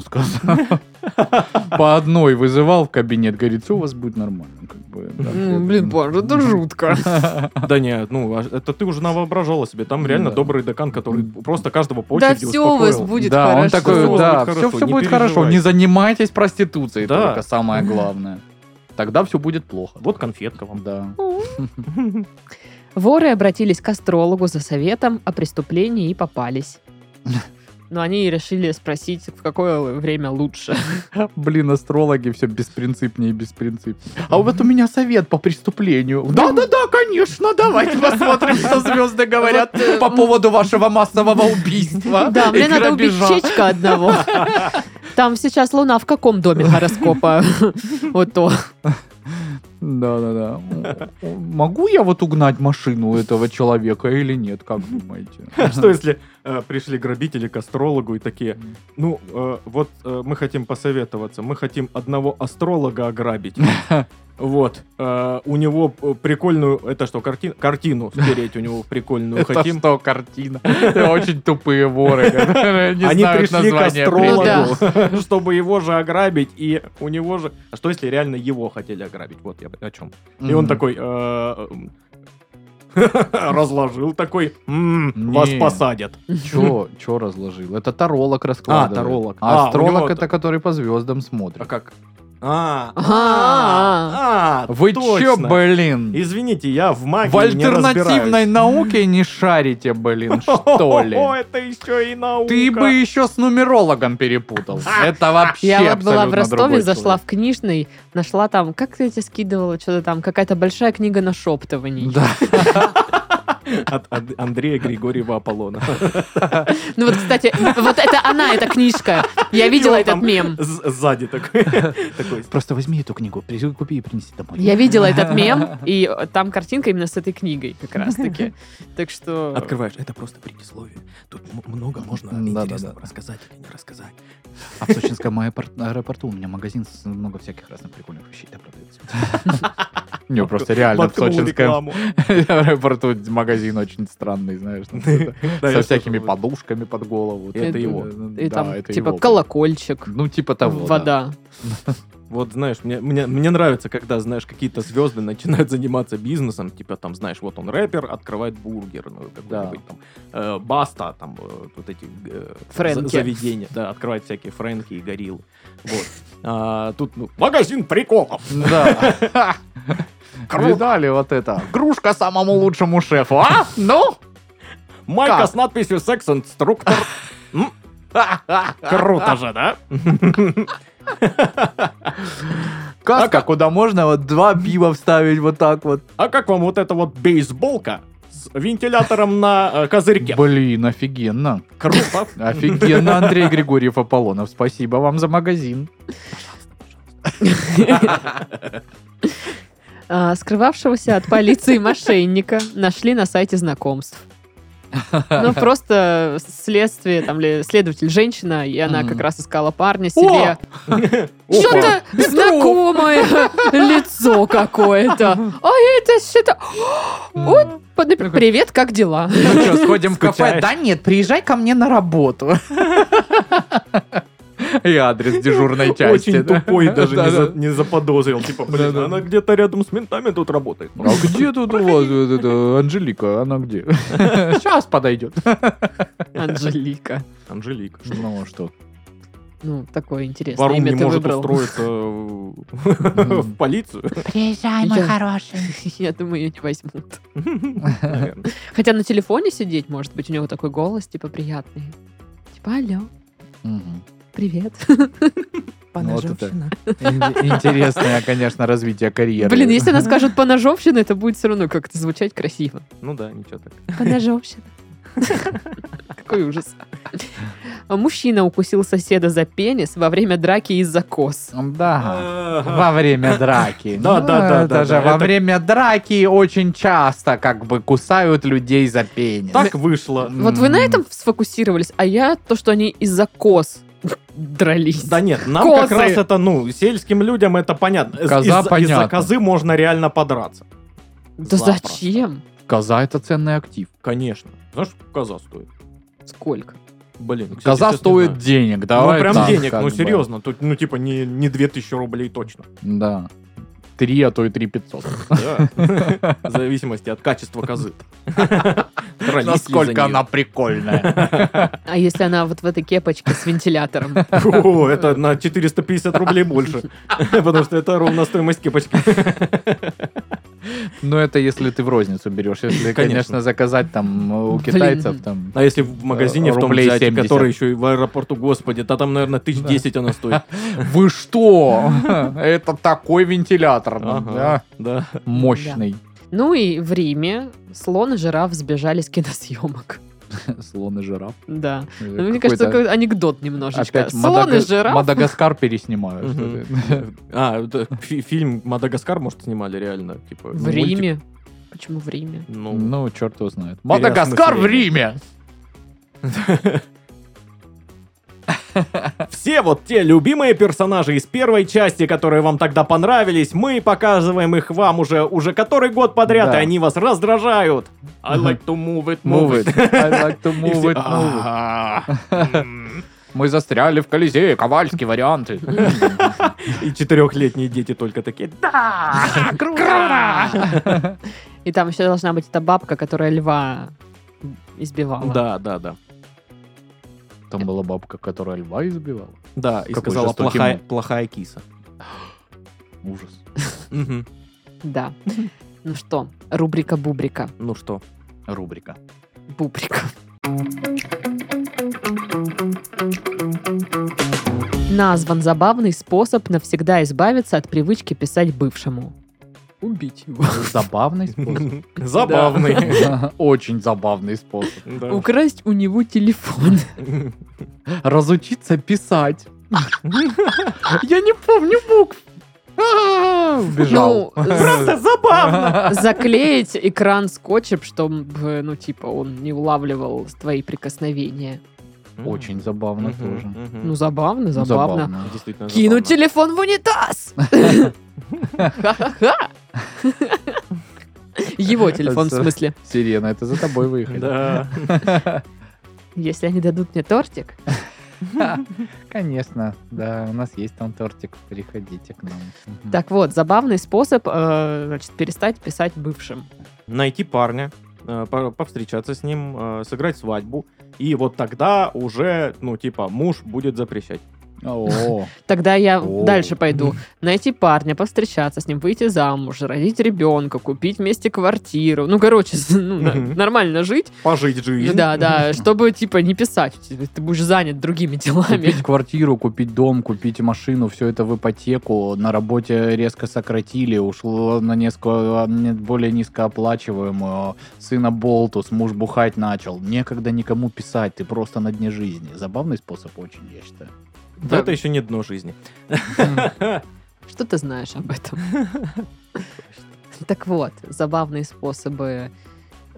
(laughs) сказал. По одной вызывал в кабинет, говорит, все у вас будет нормально. как бы, да. Ну, Блин, боже, это (laughs) жутко. (laughs) Да нет, ну, а это ты уже навоображала себе. Там Ну реально да. добрый декан, который просто каждого по Да очереди все у вас успокоил. будет да, хорошо. он Всё у такой, вас да, будет все, хорошо, все не будет хорошо, переживай. не занимайтесь проституцией, Да. только самое главное. Тогда все будет плохо. Вот конфетка вам. (laughs) Да. Воры обратились к астрологу за советом о преступлении и (laughs) попались. Но они решили спросить, в какое время лучше. (laughs) Блин, астрологи все беспринципнее и беспринципнее. А вот у меня совет по преступлению. Да-да-да, конечно, давайте посмотрим, что звезды говорят э, по поводу вашего массового (laughs) убийства Да, и мне надо убить грабежа. чечка (laughs) одного. Там сейчас луна в каком доме (laughs) гороскопа? Вот то. Да-да-да. Могу я вот угнать машину этого человека или нет, как думаете? Что если э, пришли грабители к астрологу и такие, ну, э, вот э, мы хотим посоветоваться, мы хотим одного астролога ограбить. (laughs) Вот, э, у него э, прикольную, это что, картину? Картину стереть у него прикольную (laughs) Это хотим. что, картина? Это очень тупые (laughs) воры, которые не Они знают пришли к название астрологу, (laughs) предмета. чтобы его же ограбить, и у него же... А что, если реально его хотели ограбить? Вот я о чем. И он Мгм. такой... э, м, (laughs) Разложил такой, «М, вас Не. посадят. Чё, чё разложил? Это таролог раскладывает. А, таролог. А А, у него астролог это это- который по звездам А смотрит. как? А, А. а, а, Вы чё, точно. блин? Извините, я в магии В альтернативной не науке не шарите, блин, разбираюсь. что ли? О, это еще и наука. Ты бы еще с нумерологом перепутал. Это вообще Я вот была в абсолютно Ростове, другой зашла в книжный, нашла там, как ты тебе скидывала, что-то там, какая-то большая книга нашептываний. человек. Да. От Ан- Андрея Григорьева (laughs) Аполлона. Ну вот, кстати, вот это она, эта книжка. Я видела Его этот там мем. с- Сзади (laughs) такой. такой. (laughs) Просто возьми эту книгу, при- купи и принеси домой. Я видела этот мем, и там картинка именно с этой книгой как раз-таки. Так что... Открываешь, это просто предисловие. Тут м- много можно Да, да, интересного да. рассказать или не рассказать. А в Сочинском аэропорт- аэропорту у меня магазин с много всяких разных прикольных вещей там продается. (laughs) Не, просто реально в Воткнул Сочинском (laughs) рекламу. аэропорту магазин очень странный, знаешь. (laughs) там что-то. Да, Со я всякими слышал. подушками под голову. Это Да, его. да, И да, там, это типа, его. колокольчик, Ну, типа того, да. вода. Вот знаешь, мне, мне, мне нравится, когда, знаешь, какие-то звезды начинают заниматься бизнесом, типа там, знаешь, вот он рэпер, открывает бургерную какую-нибудь там, э, Баста, там э, вот эти э, Фрэнки. за- заведения, да, открывает всякие Фрэнки и гориллы. Вот. А, тут ну, магазин приколов. Да. Круто. Видали вот это? Кружка самому лучшему шефу, а? Ну? Майка Как? с надписью Секс Инструктор. М? А Круто же, да? Каска, куда можно вот два пива вставить вот так вот. А как вам вот эта вот бейсболка с вентилятором на э, козырьке? Блин, офигенно. Круто. Офигенно, Андрей Григорьев Аполлонов. Спасибо вам за магазин. А, Скрывавшегося от полиции мошенника нашли на сайте знакомств. (laughs) Ну, просто следствие, там, ли, следователь женщина, и она Мгм. как раз искала парня себе. Что-то знакомое (laughs) лицо какое-то. А это что-то... Вот, под- например, привет, как дела? Ну что, сходим в кафе? Скучаешь? Да нет, приезжай ко мне на работу. И адрес дежурной части. Очень да? тупой, даже не Да-да. за- не заподозрил. Типа, блин, Да-да. она где-то рядом с ментами тут работает. Ну, А где тут у вас вот эта Анжелика? Она где? Сейчас подойдет. Анжелика. Анжелика. что? (laughs) Ну что? Ну, такое интересное Варум не имя ты может выбрал. устроиться э, в полицию. Приезжай, мой хороший. (laughs) Я думаю, ее не возьмут. Наверное. Хотя на телефоне сидеть, может быть, у него такой голос, типа, приятный. Типа, алло, привет. Ну, Поножовщина. Интересное, конечно, развитие карьеры. (laughs) Блин, если она скажет поножовщина, это будет все равно как-то звучать красиво. Ну да, ничего так. Поножовщина. Какой ужас. А Мужчина укусил соседа за пенис во время драки из-за кос. Да. А. Ага. Во время драки. Да, Ну, да, да, да, Это же да, во это- время драки очень часто как бы кусают людей за пенис. Так вышло. Вот вы на этом сфокусировались, а я то, что они из-за кос дрались. Да нет, нам как Козы. раз это, ну, сельским людям это понятно. Из- Коза из-за- понятно. Из-за козы можно реально подраться. Да Запросто. зачем? Коза это ценный актив. Конечно. Знаешь, коза стоит? Сколько? Блин, кстати, Коза сейчас не стоит знаю. денег, давай ну, прям так, денег, как ну, бы. серьезно. Тут, ну, типа, не, не 2000 рублей точно. Да. Три, а то и три пятьсот. Да. В зависимости от качества козы. Тронись из-за Насколько неё. она прикольная. (laughs) А если она вот в этой кепочке с вентилятором? О, это на 450 рублей больше. (laughs) Потому что это ровно стоимость кепочки. Ну, это если ты в розницу берешь. Если, конечно, Конечно. заказать там э, у Блин. китайцев там... А если в магазине в том Рублей взять, 70. который еще и в аэропорту, господи, да там, наверное, тысяч десять она стоит. Вы что? (laughs) Это такой вентилятор. ну, Ага, да? да. Мощный. Ну и в Риме слон и жираф сбежали с киносъемок. Слон и жираф. Да. Э, Ну, мне кажется, какой-то такой анекдот немножечко. Опять слон и Мадага- жираф. Мадагаскар переснимают. Мгм. что-то. А, это фи- фильм «Мадагаскар», может, снимали реально? типа В мультик? Риме. Почему в Риме? Ну, (laughs) Ну, черт его знает. Мадагаскар в Риме! Все вот те любимые персонажи из первой части, которые вам тогда понравились, мы показываем их вам уже уже который год подряд, Да. и они вас раздражают. I like to move it, (laughs) Move it. I like to И move все, it, move it. «Ага». М. Мы застряли в Колизее, Ковальский варианты. И четырехлетние дети только такие. Да, (laughs) Круто! И там еще должна быть эта бабка, которая льва избивала. да, да, да. Там была бабка, которая льва избивала. Да, и Какой сказала жестокий плохая, муж. плохая киса. Ужас. Мгм. Да. Ну что, рубрика Бубрика. Ну что? Рубрика. Бубрика. Назван забавный способ навсегда избавиться от привычки писать бывшему. Убить его. Забавный способ. (laughs) Забавный. (laughs) Очень забавный способ. Да. Украсть у него (laughs) телефон. Разучиться писать. Я не помню букв. А, Убежал. (laughs) Ну, Просто (laughs) забавно. заклеить экран скотчем, чтобы, ну, типа, он не улавливал твои прикосновения. Ну, Очень забавно Мгм, тоже. мгм. Ну, забавно, забавно. Действительно Кинуть забавно. телефон в унитаз! Ха-ха-ха! Его телефон, в смысле. Сирена, это за тобой выехали. (laughs) Да. Если они дадут мне тортик. Конечно, да, у нас есть там тортик, приходите к нам. Мгм. Так вот, забавный способ, э, значит, перестать писать бывшим. найти парня, э, по- повстречаться с ним, э, сыграть свадьбу. И вот тогда уже, ну, типа, муж будет запрещать. О, Тогда я О. дальше пойду. Найти парня, повстречаться с ним, выйти замуж, родить ребенка, купить вместе квартиру. Ну, короче, (laughs) ну, на- Мгм. нормально жить. Пожить жизнь. Да, да, чтобы, типа, не писать. Ты будешь занят другими делами. Купить квартиру, купить дом, купить машину, все это в ипотеку. На работе резко сократили, ушло на несколько не- более низкооплачиваемую. Сына болтус, муж бухать начал. Некогда никому писать, ты просто на дне жизни. Забавный способ очень, я считаю. Но Да. (laughs) Это еще не дно жизни. (laughs) Что ты (laughs) знаешь об этом? Так вот, забавные способы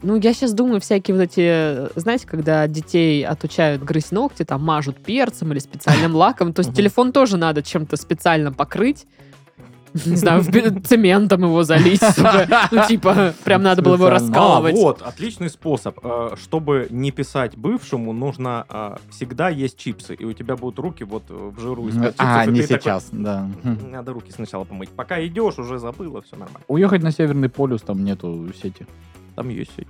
Ну, я сейчас думаю, всякие вот эти, знаете, когда детей отучают грызть ногти, там мажут перцем или (laughs) специальным лаком, то есть Мгм. телефон тоже надо чем-то специально покрыть. Не знаю, в бе- цементом его залить, чтобы, ну, типа, прям надо было его Специально. А, раскалывать. вот, отличный способ. Э, Чтобы не писать бывшему, нужно а, всегда есть чипсы, и у тебя будут руки вот э, в жиру искать А, чипсов, и не ты такой, сейчас, да. Хм. Надо руки сначала помыть. Пока идешь, уже забыла, все нормально. Уехать на Северный полюс, там нету сети. Там есть сеть.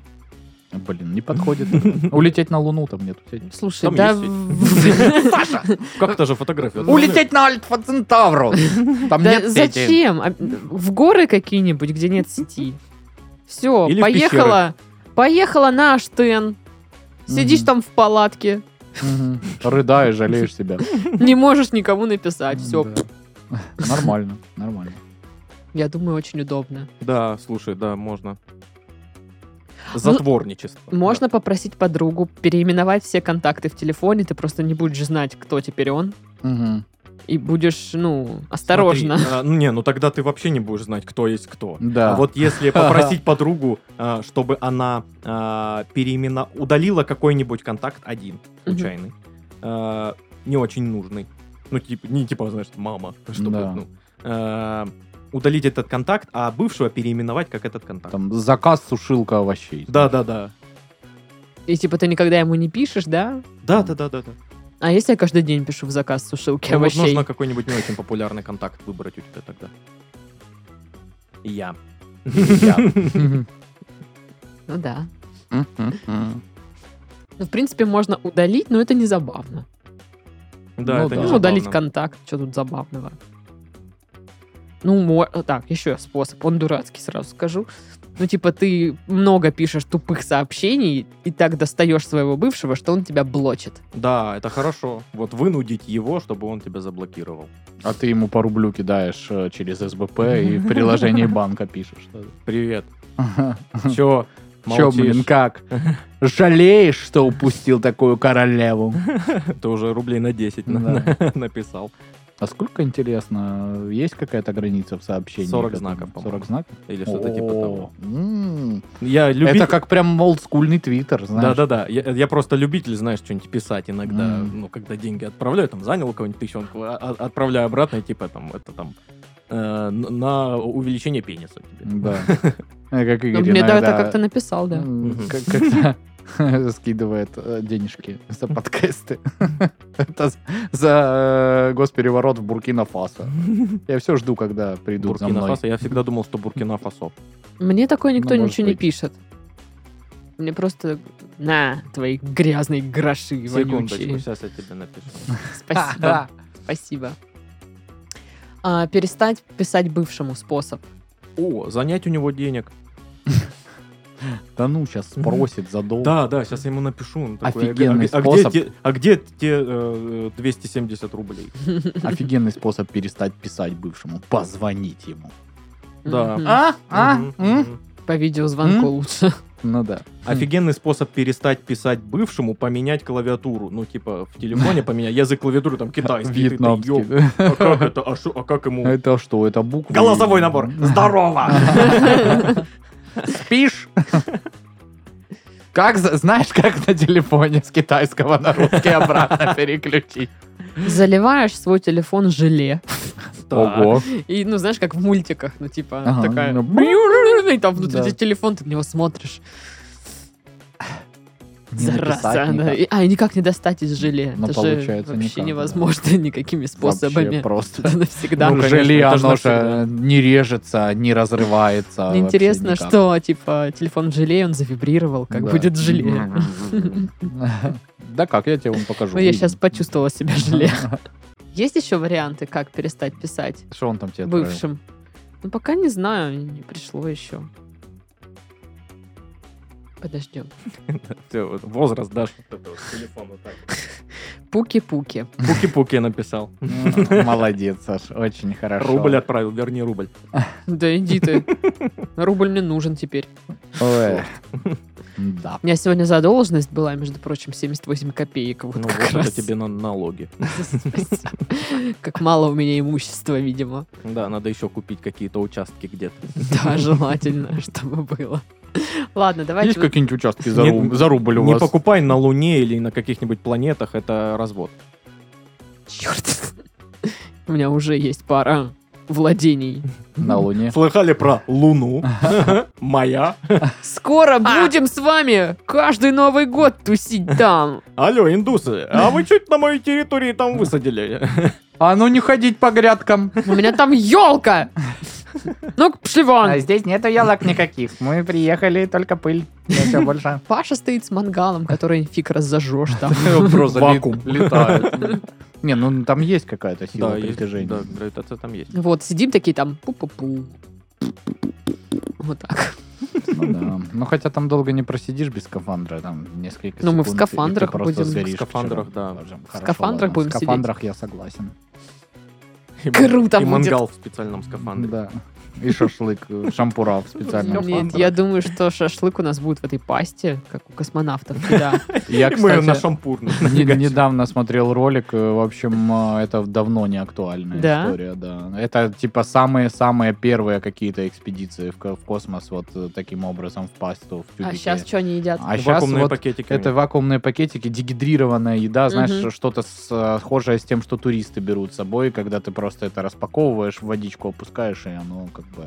Блин, не подходит. Улететь на Луну, там нету сети. Слушай, Там да... есть в- Как это (laughs) же фотография? Улететь на Альфа Центавру! А Там Да нет сети. зачем? А, В горы какие-нибудь, где нет сети. Все, Или в поехала. Поехала на Аштен. Сидишь Мгм. там в палатке, Мгм. Рыдаешь, жалеешь себя. (laughs) не можешь никому написать. Все, Да. Нормально, нормально. я думаю, очень удобно. Да, слушай, да, можно. Затворничество. Ну, Можно попросить подругу переименовать все контакты в телефоне, ты просто не будешь знать, кто теперь он, Мгм. и будешь, ну, Да. осторожно. Смотри, э, ну, не, ну тогда ты вообще не будешь знать, кто есть кто. Да. А вот если (laughs) попросить подругу, э, чтобы она э, переимена... удалила какой-нибудь контакт один, случайный, э, не очень нужный. Ну, типа, не типа, знаешь, мама, (laughs) чтобы, Да. ну, э, удалить этот контакт, а бывшего переименовать как этот контакт. Там заказ сушилка овощей. Да-да-да. И типа ты никогда ему не пишешь, да? Да-да-да-да. А если я каждый день пишу в заказ сушилки Ну вот овощей? нужно какой-нибудь не очень популярный контакт выбрать у тебя тогда. Я. Мгм. Ну да. Мгм. Ну, в принципе, можно удалить, но это не забавно. Да, Ну это да. не Ну, удалить забавно. контакт, что тут забавного? Ну, мо- а, так, еще способ, он дурацкий, сразу скажу. Ну, типа, ты много пишешь тупых сообщений и так достаешь своего бывшего, что он тебя блочит. Да, это хорошо. Вот вынудить его, чтобы он тебя заблокировал. А ты ему по рублю кидаешь э, через СБП и в приложении банка пишешь. Привет. Ага. Чё? Чё, молчишь? блин, как? Жалеешь, что упустил такую королеву? Ты уже рублей на 10 на- Ну Да. (laughs) написал. А сколько, интересно, есть какая-то граница в сообщении? 40 которая- знаков, по-моему. 40 знаков? Или что-то типа того. О, м. Я Это любитель... как прям олдскульный твиттер, знаешь. Да-да-да, я, я просто любитель, знаешь, что-нибудь писать иногда, Мгм. ну, когда деньги отправляю, там, занял у кого-нибудь тысячонку, а- а- отправляю обратно, и типа, там, это там, э, н- на увеличение пениса тебе. Да. (laughs) Э, Как Игорь Ну, мне да, это иногда, ну, как-то написал, да. м, Мгм. (laughs) как- Когда (laughs) скидывает э, денежки за подкасты. (laughs) Это з- за э, госпереворот в Буркина-Фасо. Я все жду, когда придут за мной. Буркина-фасо, я всегда думал, что Буркина-фасо. Мне такое никто Ну, может ничего не быть. пишет. Мне просто на твои грязные гроши Секундочку, (laughs) вонючие. сейчас я тебе напишу. Спасибо. Спасибо. А, перестать писать бывшему способ. О, занять у него денег. Да ну, сейчас спросит задолго. Да, да, сейчас я ему напишу. он такой, а где- Офигенный а, где способ. те- а где те э, 270 рублей? Офигенный способ перестать писать бывшему. Позвонить ему. Да. Мгм. А? Мгм, М? Хм. мгм. По видеозвонку М? лучше. Ну да. Офигенный способ перестать писать бывшему, поменять клавиатуру. Ну, типа, в (laughs) телефоне поменять язык клавиатуры, там, китайский. Ты такой, Вьетнамский. «Ёп, А как это? А, шо- а как ему? (laughs) Это что, это буквы? Ну. Голосовой (laughs) набор. Здорово! (laughs) Спишь? Как, за- знаешь, как на телефоне с китайского на русский обратно переключить? Заливаешь свой телефон желе. Так. И, ну, знаешь, как в мультиках, ну, типа, Ага, такая... И там внутри Да. телефон, ты в него смотришь. Не Зараза. написать да. никак. И- а, и никак не достать из желе. Ну, это получается, же вообще никак, да. невозможно (laughs) никакими способами. Вообще (laughs) просто. Это навсегда. Ну, Ну, конечно, желе, это ж оно навсегда. же не режется, не разрывается. Мне вообще интересно, никак. что, типа, телефон в желе, он завибрировал, как Да. ну, будет желе. (laughs) Да как, я тебе вам покажу. Ну, я сейчас почувствовала себя (laughs) желе. Есть еще варианты, как перестать писать Что он там тебе отправил? бывшим? Ну, пока не знаю, не пришло еще. Подождем. Всё, вот Возраст, да? что-то вот телефон вот так. Пуки-пуки. (laughs) Пуки-пуки написал. Ну, (laughs) Молодец, Саш, очень хорошо. Рубль отправил, верни рубль. Да иди ты. Рубль мне нужен теперь. Ой. Да. У меня сегодня задолженность была, между прочим, 78 копеек. Вот Ну вот как это раз. тебе на налоги. Спасибо. (laughs) Как мало у меня имущества, видимо. (laughs) Да, надо еще купить какие-то участки где-то. Да, желательно, чтобы было. Ладно, давайте... Есть вот- какие-нибудь участки за, Не- руб- за рубль у Не вас? покупай на Луне или на каких-нибудь планетах, это развод. (laughs) Чёрт. У меня уже есть пара владений. На Луне. Слыхали про Луну? (laughs) Моя. Скоро А. будем с вами каждый Новый год тусить там. Алло, индусы, а вы чуть на моей территории там высадили? А ну не ходить по грядкам. У меня там елка. Ну, пошли вон. А здесь нету ялок никаких. Мы приехали, только пыль. (laughs) Ничего больше. Паша стоит с мангалом, который фиг раз зажжешь там. Просто Вакуум. лет- летает. Не, ну там есть какая-то сила есть, (laughs) притяжения. да, гравитация там есть. Вот, сидим такие там, пу-пу-пу. Вот так. Ну да. Ну хотя там долго не просидишь без скафандра, там несколько Ну, мы в секунд, и ты скафандрах просто будем. сгоришь В скафандрах, в чёрном. да. Боже, хорошо, скафандрах ладно, будем В скафандрах я согласен. И- Круто И будет. мангал в специальном скафандре. Да. И шашлык, э, шампура в специальном Нет, я думаю, что шашлык у нас будет в этой пасте, как у космонавтов. Да. Я, И мы на кстати, шампур. ну, (laughs) Не- нафигачим. Недавно смотрел ролик, э, в общем, э, это давно не актуальная Да? история, да. Это типа самые-самые первые какие-то экспедиции в, ко- в космос вот э, таким образом в пасту, в тюбике. А сейчас что они едят? А щас Вакуумные вот пакетики. это вакуумные пакетики, дегидрированная еда, знаешь, Мгм. что-то с- э, схожее с тем, что туристы берут с собой, когда ты просто это распаковываешь, в водичку опускаешь, и оно как бы...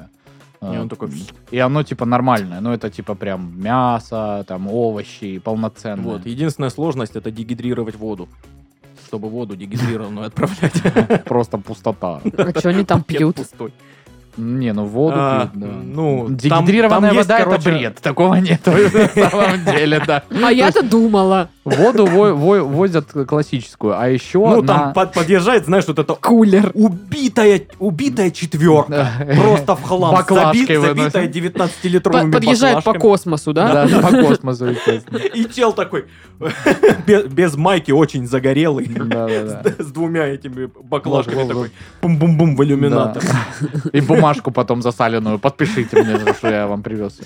э, И он такой, И оно типа нормальное, ну это типа прям мясо, там овощи, полноценное. Вот. Единственная сложность это дегидрировать воду. Чтобы воду дегидрированную (laughs) отправлять. (laughs) Просто пустота. А что они там Пакет пьют? пустой. Не, ну воду А, пьют, да. ну, там- Дегидрированная там есть, вода короче- это бред. Такого нет (laughs) на самом деле, да. А я-то думала. Воду во- во- возят классическую, а еще Ну, на... там (laughs) под- подъезжает, знаешь, вот это Кулер. убитая, убитая четверка. Просто в хлам. Баклажкой заби- выносит. Забитая 19-литровыми Подъезжает по баклажками. космосу, да? Да, по космосу, естественно. И чел такой, (laughs) без, без майки, очень загорелый, (laughs) Да, да, да. с двумя этими баклажками Вот, вот, такой, бум-бум-бум в иллюминатор. Да. И бумажку потом засаленную. Подпишите мне, что я вам привез.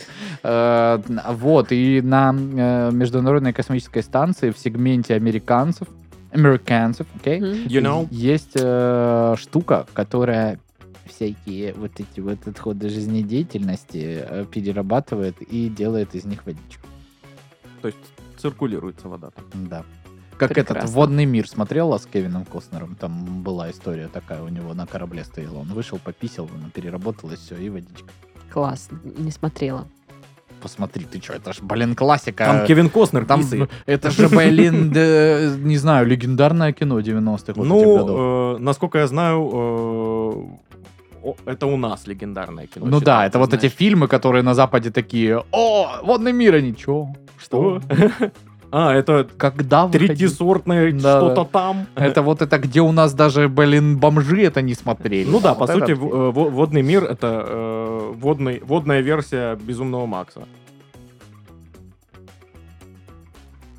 Э, Вот, и на э, Международной космической станции в сегменте американцев, американцев, окей, Мгм. You know? Есть э, штука, которая всякие вот эти вот отходы жизнедеятельности э, перерабатывает и делает из них водичку. То есть циркулируется вода. там. Да. Как этот Прекрасно. водный мир смотрела с Кевином Костнером. Там была история такая у него на корабле стояла. Он вышел, пописал, она переработалась, все, и водичка. Класс, не смотрела. Посмотри, ты что, это ж, блин, классика. Там Кевин Костнер Там, писает. это же, (laughs) блин, да, не знаю, легендарное кино 90-х. вот этих годов. Ну, э, насколько я знаю, э, о- это у нас легендарное кино. Ну да, считается, это вот эти знаешь. фильмы, которые на Западе такие, о, водный мир, а ничего. Что? А, это Когда выходил? третьесортное Да, что-то да. там. Это вот это, где у нас даже, блин, бомжи это не смотрели. Ну да, А по вот сути, этот в- фильм. э, во- водный мир это э, водный, водная версия безумного Макса.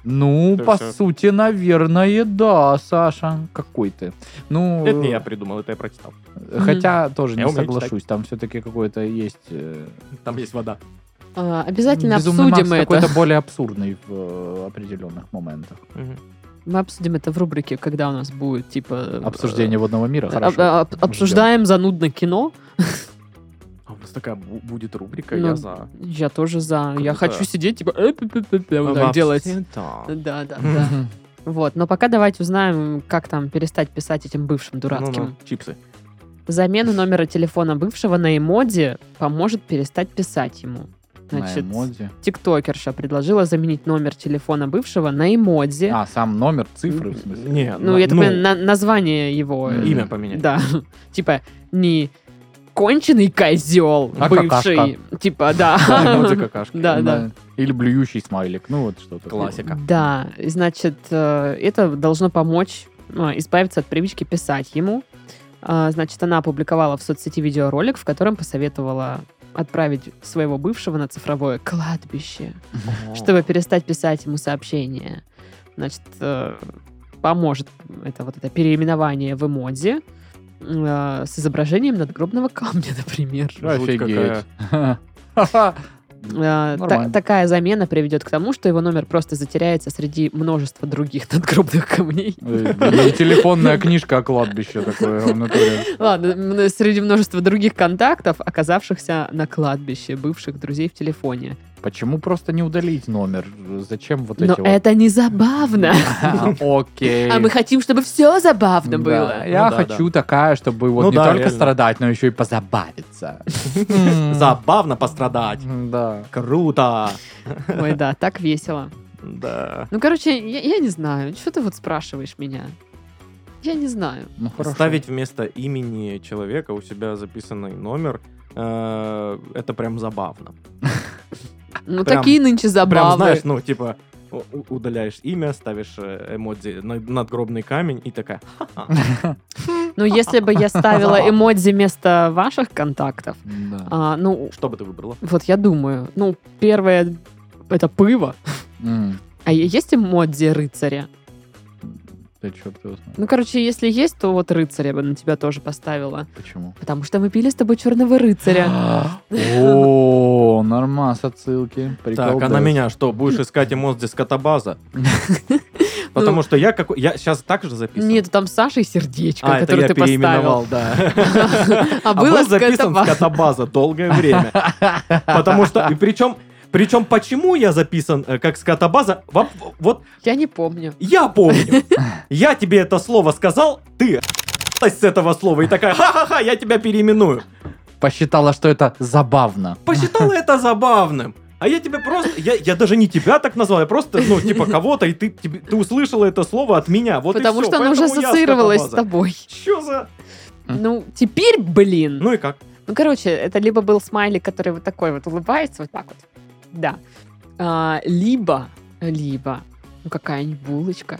Ну, то по всё. сути, наверное, да, Саша. Какой ты? Ну, Это не я придумал, это я прочитал. хотя тоже Я не умею читать. соглашусь. Там все-таки какое-то есть... э, Там есть вода. А, Обязательно «Безумный обсудим Макс» это. какой-то более абсурдный в э, определенных моментах. Мы обсудим это в рубрике, когда у нас будет, типа... Обсуждение водного мира, э, хорошо. об- об- Обсуждаем занудно кино. А у нас такая бу- будет рубрика, Ну, я за. Я тоже за. Я Круто. хочу сидеть, типа... э, пи- пи- пи- пи, Ну Вот так делать. Да, да, а, да. Мгм. Вот, но пока давайте узнаем, как там перестать писать этим бывшим дурацким. Ну-ну, Ну Чипсы. Замена номера телефона бывшего на эмодзи поможет перестать писать ему. На Значит, эмодзи. тиктокерша предложила заменить номер телефона бывшего на эмодзи. А, сам номер, цифры, в смысле. Не, ну, на- я так понимаю, на- название его. э, М. имя поменять. Да. (laughs) Типа, не конченый козел А бывший. Типа, Да, (laughs) да. эмодзи какашки. Да, да. Или блюющий смайлик. Ну, вот что-то. Классика. Да, и, значит, э, это должно помочь э, избавиться от привычки писать ему. А, Значит, она опубликовала в соцсети видеоролик, в котором посоветовала отправить своего бывшего на цифровое кладбище, чтобы перестать писать ему сообщения. Значит, э, поможет это вот это переименование в эмодзи (laughs) э, с изображением надгробного камня, например. Жуть (laughs) Офигеть. Э, та- Нормально. такая замена приведет к тому, что его номер просто затеряется среди множества других (laughs) надгробных камней. Э, блин, Телефонная книжка о кладбище такое. в натуре. Ладно, м, среди множества других контактов, оказавшихся на кладбище, бывших друзей в телефоне. Почему просто не удалить номер? Зачем вот Но эти вот... Ну, это не забавно. А, (laughs) (laughs) Окей. А мы хотим, чтобы все забавно Да, было. Я Ну да, хочу такая, чтобы вот Ну не да, только реально. страдать, но еще (laughs) и позабавиться. Забавно пострадать. Да. Круто. Ой, да, так весело. Да. Ну, короче, я, я не знаю. Что ты вот спрашиваешь меня? Я не знаю. Ну, хорошо. Ставить вместо имени человека у себя записанный номер, э, это прям забавно. Ну, Прям- такие нынче Прям, забавы. знаешь, ну, типа, у- у- удаляешь имя, ставишь э, эмодзи на- надгробный камень и такая, Ну, если бы я (laughs) ставила эмодзи вместо ваших контактов, Да. а, ну, что бы ты выбрала? вот я думаю, ну, первое, это пыво. М, А е- есть эмодзи рыцаря? Да черт его знает. Ну, короче, если есть, то вот рыцаря бы на тебя тоже поставила. Почему? Потому что мы пили с тобой черного (gasps) рыцаря. А, О, нормас, отсылки. Прикол, Так, а на да. меня что, будешь искать эмодзи (laughs) скотобаза? Потому что я какой... Я сейчас так же записан? Ну. Нет, там Саша и сердечко, а, это которое я ты поставил. переименовал, да. А (laughs) А был было записан скотоба- скотобаза долгое время. Потому что... И причем... Причем почему я записан э, как скотобаза? Во- Вот Я не помню. я помню. Я тебе это слово сказал, ты (laughs) с этого слова и такая, ха-ха-ха, я тебя переименую. Посчитала, что это забавно. посчитала это забавным. А я тебе просто... Я, я даже не тебя так назвал, я просто, ну, типа, кого-то, и ты, тебе- ты услышала это слово от меня. Вот и потому всё, что она уже поэтому я ассоциировалась с скотобаза. тобой. Чё за... М. Ну, теперь, блин. Ну, Хм. Ну и как? короче, это либо был смайлик, который вот такой вот улыбается, вот так вот. Да. А, либо, либо, ну, какая-нибудь булочка.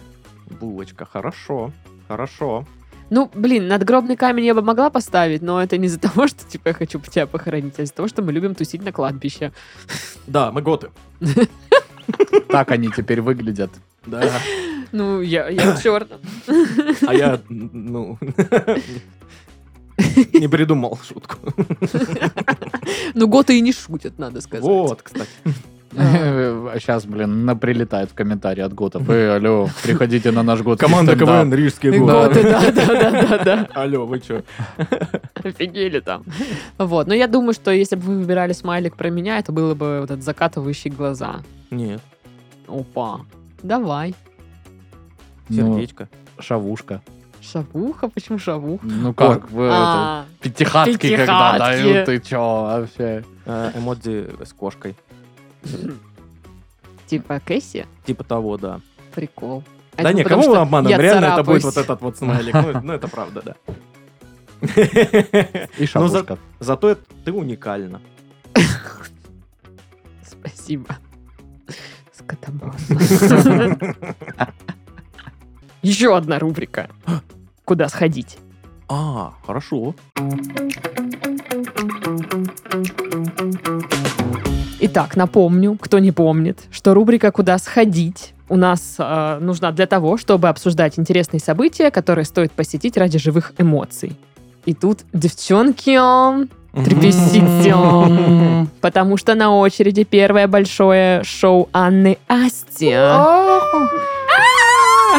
Булочка, хорошо, хорошо. Ну, блин, надгробный камень я бы могла поставить, но это не из-за (laughs) того, что, типа, я хочу тебя похоронить, а из-за того, что мы любим тусить на кладбище. Да, мы готы. Так они теперь выглядят. Да. Ну, я, (laughs) я в чёрном. А я, ну... (laughs) Не придумал шутку. Ну, готы и не шутят, надо сказать. Вот, кстати. (laughs) Сейчас, блин, наприлетает в комментарии от готов. Эй, алло, приходите на наш год. Рижские Готы, да-да-да-да-да. Алло, вы чё? (laughs) Офигели там. Вот. Но я думаю, что если бы вы выбирали смайлик про меня, это было бы вот этот закатывающий глаза. Нет, Опа. Давай. Ну. сердечко. Шавушка. Шавуха? Почему шавуха? Ну как, Э, вы это, А, пятихатки когда пятихатки. дают, ты чё, вообще? Э, Эмодзи с кошкой. Типа Кэсси? Типа того, да. Прикол. А Да это не, потому, кого мы что обманываем? я Реально это будет царапаюсь. вот этот вот смайлик. Ну, Ну, это правда, да. И Ну, за- шавушка. (laughs) Зато это- ты уникальна. Спасибо. Скотомас. Еще одна рубрика. Куда сходить? А, хорошо. Итак, напомню, кто не помнит, что рубрика «Куда сходить» у нас э, нужна для того, чтобы обсуждать интересные события, которые стоит посетить ради живых эмоций. И тут девчонки, (laughs) трепещите, потому что на очереди первое большое шоу Анны Асти. А?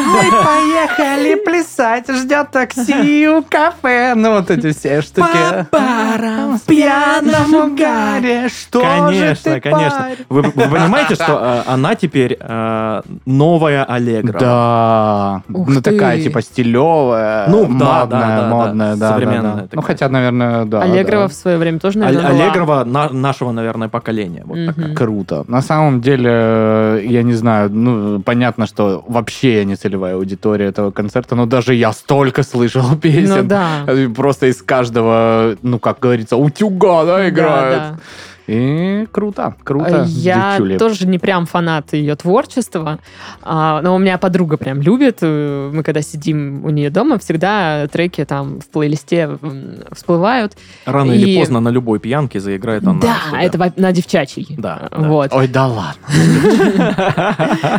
А, Мы поехали плясать, ждет такси у кафе. Ну, вот эти все штуки. Барам. А В пьяном угаре, что Конечно, конечно. Вы, вы понимаете, что э, она теперь э, новая Аллегра? Да, Ух ну ты. такая типа стилевая, Ну, да, да, модная, да, да, модная, да, современная да, да. такая. Ну хотя, наверное, да. Аллегрова да. в свое время тоже, Аль- наверное, была. Аллегрова на- нашего, наверное, поколения. Вот Мгм. (laughs) Ну такая. Круто. На самом деле, э, я не знаю, ну, понятно, что вообще я не целевая аудитория этого концерта, но даже я столько слышал (laughs) Ну песен. да. Э, Просто из каждого, ну, как говорится, утюга, да, играют. Да, да. И круто, круто. Я Дичули. тоже не прям фанат ее творчества, а, но у меня подруга прям любит. э, Мы когда сидим у нее дома, всегда треки там в плейлисте м, всплывают. Рано И- или поздно на любой пьянке заиграет она. да, что это во- на девчачьей. Э, Да, да. Вот. Ой, да ладно.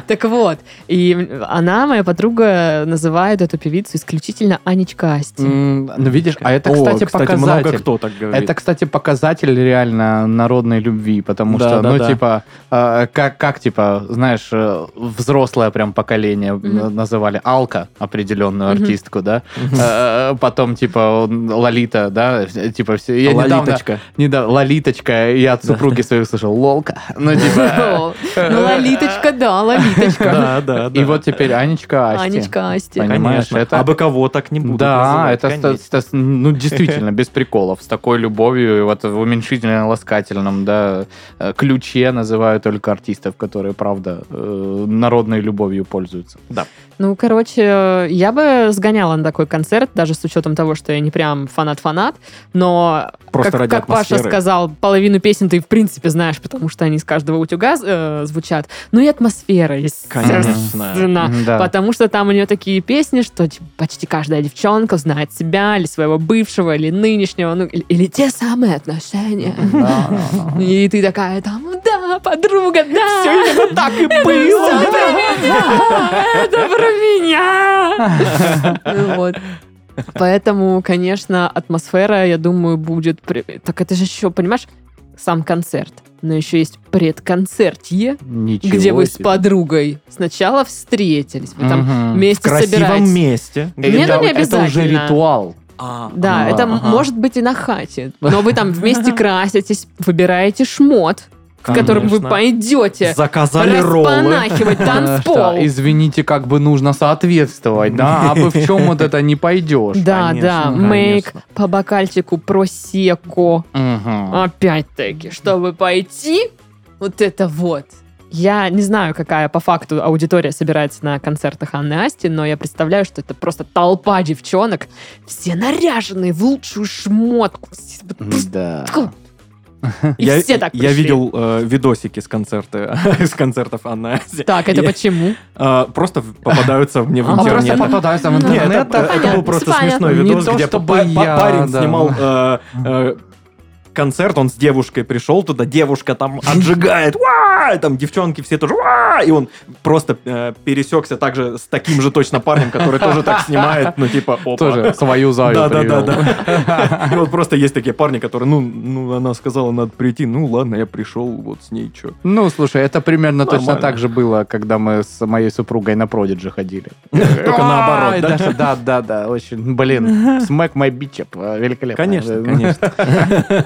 Так вот, и она, моя подруга, называет эту певицу исключительно Анечка Асти. М, Ну, видишь, а это, О, кстати, много показатель. кто так говорит. Это, кстати, показатель реально народной любви, потому Да, что, да, ну, да. типа, а, как, как, типа, знаешь, э, взрослое прям поколение Мгм. э, называли Алка, определенную Мгм. артистку, да, Э, э, потом, типа, он- Лолита, да, э, типа, все, я недавно, (laughs) Лолиточка. недавно, Лолиточка, я от супруги своей слышал, Лолка, ну, типа, (laughs) Ну, Лолиточка, да, Лолиточка. Да, да, да. и вот теперь Анечка а Асти. Анечка, Асти. Понятно. Конечно. понимаешь, это- А бы кого так не будут Да, называть, это, ста- конечно. ста- ну, действительно, без приколов, с такой любовью, и вот в уменьшительно-ласкательном, да, э, ключе называю только артистов, которые, правда, э, народной любовью пользуются. Ну, короче, я бы сгоняла на такой концерт, даже с учетом того, что я не прям фанат-фанат, но, Просто как, ради как Паша атмосферы. сказал, половину песен ты, в принципе, знаешь, потому что они с каждого утюга э, звучат. Ну и атмосфера, естественно. Мгм, да. Потому что там у нее такие песни, что типа, почти каждая девчонка знает себя, или своего бывшего, или нынешнего, ну, или, или те самые отношения. Да, да, да. И ты такая там, да, подруга, да. Всё именно так и Ну, Всё было. про меня! Это про меня! Ну вот. Поэтому, конечно, атмосфера, я думаю, будет... при- Так это же еще, понимаешь, сам концерт. Но еще есть предконцертье, Ничего где вы с себе. подругой сначала встретились, вы там Мгм. В вместе красивом собираетесь. месте. А, Э, не, ну, Это- не Это уже обязательно. ритуал. Да, Ага, это м- ага. может быть и на хате. Но вы там вместе краситесь, выбираете шмот, в котором вы Конечно. пойдете Заказали роллы. распанахивать Э, Что, танцпол. извините, как бы нужно соответствовать, да? А бы в чем вот это не пойдешь? Да, Конечно, да, конечно. мейк по бокальчику просеку. Мгм. А, Опять-таки, чтобы пойти, вот это вот. Я не знаю, какая по факту аудитория собирается на концертах Анны Асти, но я представляю, что это просто толпа девчонок, все наряженные в лучшую шмотку. все вот пф, Да. (laughs) тьфу. И я, все так я пришли. видел э, видосики с концерта, (laughs) из концертов Анны Ази. Так, это Я- почему? Э, просто в- попадаются мне в А просто интернет. попадаются в Ну, Не, это, интернет. Э, это понятно, был просто понятно. смешной Не видос, то, где чтобы па- па- я, парень да. снимал э, э, концерт, он с девушкой пришел туда, девушка там отжигает, (laughs) «Уа!» там девчонки все тоже, «Уа!» и он просто э, пересекся также с таким же точно парнем, который тоже так снимает, ну типа, опа. Тоже свою заю Да, да, да, привел. да. (laughs) И вот просто есть такие парни, которые, ну, ну, она сказала, надо прийти, ну ладно, я пришел, вот с ней что. Ну, слушай, это примерно точно Нормально. так же было, когда мы с моей супругой на продиджи ходили. (laughs) Только Ай, наоборот, да? Да, да, да, очень, блин, smack my bitch up, э, великолепно. Конечно, (laughs) Э, конечно.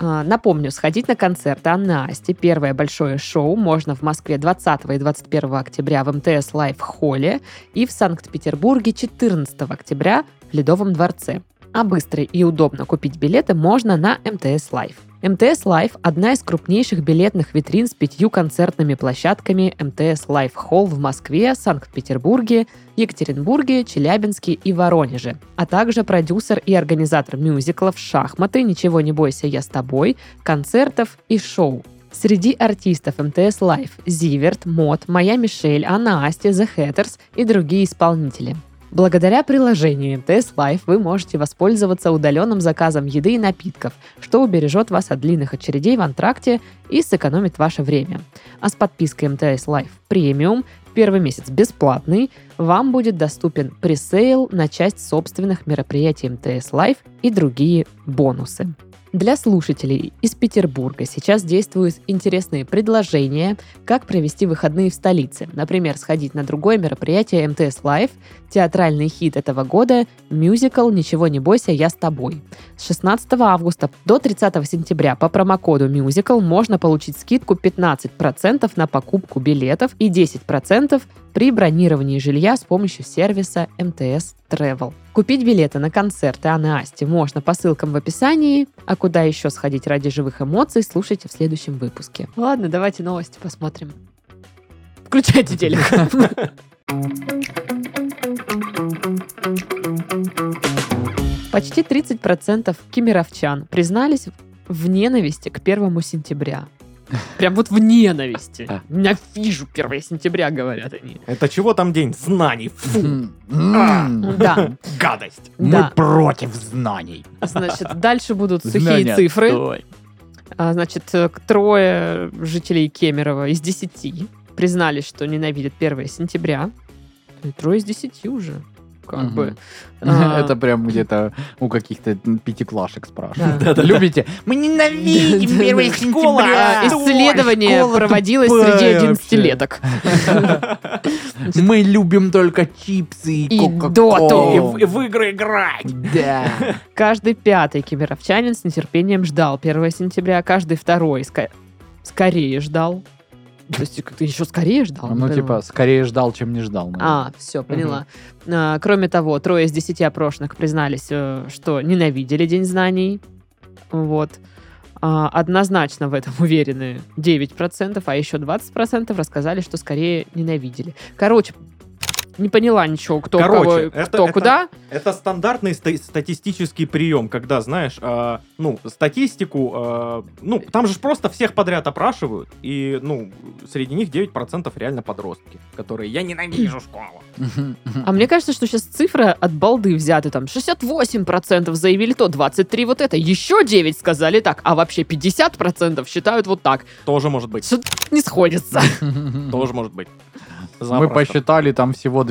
А, Напомню, сходить на концерт Анны Асти, первое большое шоу, можно в Москве 20 и 21 октября в МТС Лайф Холле и в Санкт-Петербурге 14 октября в Ледовом дворце. А быстро и удобно купить билеты можно на МТС Лайф. МТС Лайф – одна из крупнейших билетных витрин с пятью концертными площадками МТС Лайф Холл в Москве, Санкт-Петербурге, Екатеринбурге, Челябинске и Воронеже, а также продюсер и организатор мюзиклов «Шахматы», «Ничего не бойся, я с тобой», концертов и шоу. Среди артистов МТС Лайф – Зиверт, Мод, Моя Мишель, Анна Асти, The Hatters и другие исполнители. Благодаря приложению МТС Лайф вы можете воспользоваться удаленным заказом еды и напитков, что убережет вас от длинных очередей в антракте и сэкономит ваше время. А с подпиской МТС Лайф премиум первый месяц бесплатный, вам будет доступен пресейл на часть собственных мероприятий МТС Лайф и другие бонусы. Для слушателей из Петербурга сейчас действуют интересные предложения, как провести выходные в столице. Например, сходить на другое мероприятие МТС Лайф, театральный хит этого года, мюзикл «Ничего не бойся, я с тобой». С 16 августа до 30 сентября по промокоду «Мюзикл» можно получить скидку 15% на покупку билетов и 10% при бронировании жилья с помощью сервиса МТС Travel. Купить билеты на концерты Анны Асти можно по ссылкам в описании, а куда еще сходить ради живых эмоций, слушайте в следующем выпуске. Ладно, давайте новости посмотрим. Включайте телек. Почти 30% кемеровчан признались в ненависти к первому сентября. Прям вот в ненависти. Да. Ненавижу 1 сентября, говорят они. Это чего там день? Знаний. Фу, М, м, (laughs) Да, гадость. Мы да. против знаний. Значит, дальше будут сухие Знания цифры. А, Значит, э, к- трое жителей Кемерово из десяти признались, что ненавидят 1 сентября. И Трое из десяти уже. как Мгм. бы. А, Это прям где-то у каких-то пятиклашек (laughs) (laughs) спрашивают. да. Любите? Мы ненавидим Да-да-да. 1 сентября. А, Исследование Школа проводилось тупая среди вообще. 11-леток. Мы любим только чипсы и И кока-колу. доту. в игры играть. Да. Каждый пятый кемеровчанин с нетерпением ждал 1 сентября, каждый второй ска- скорее ждал. То есть как-то еще скорее ждал? Ну, не типа, понимаю. скорее ждал, чем не ждал. наверное. А, все, поняла. А, кроме того, трое из десяти опрошенных признались, э, что ненавидели День знаний. Вот. А, однозначно в этом (laughs) уверены 9%, а еще 20% рассказали, что скорее ненавидели. Короче, не поняла ничего, кто, Короче, кого, это- кто это- куда. Это стандартный ста- статистический прием, когда, знаешь, а, ну, статистику, а, ну, там же ж просто всех подряд опрашивают, и, ну, среди них 9% реально подростки, которые «я ненавижу школу». А мне кажется, что сейчас цифра от балды взята. Там 68% заявили то, 23% вот это, еще 9% сказали так, а вообще 50% считают вот так. Тоже может быть, Что-то не сходится. (laughs) тоже может быть. (laughs) Мы Запросто. посчитали, там всего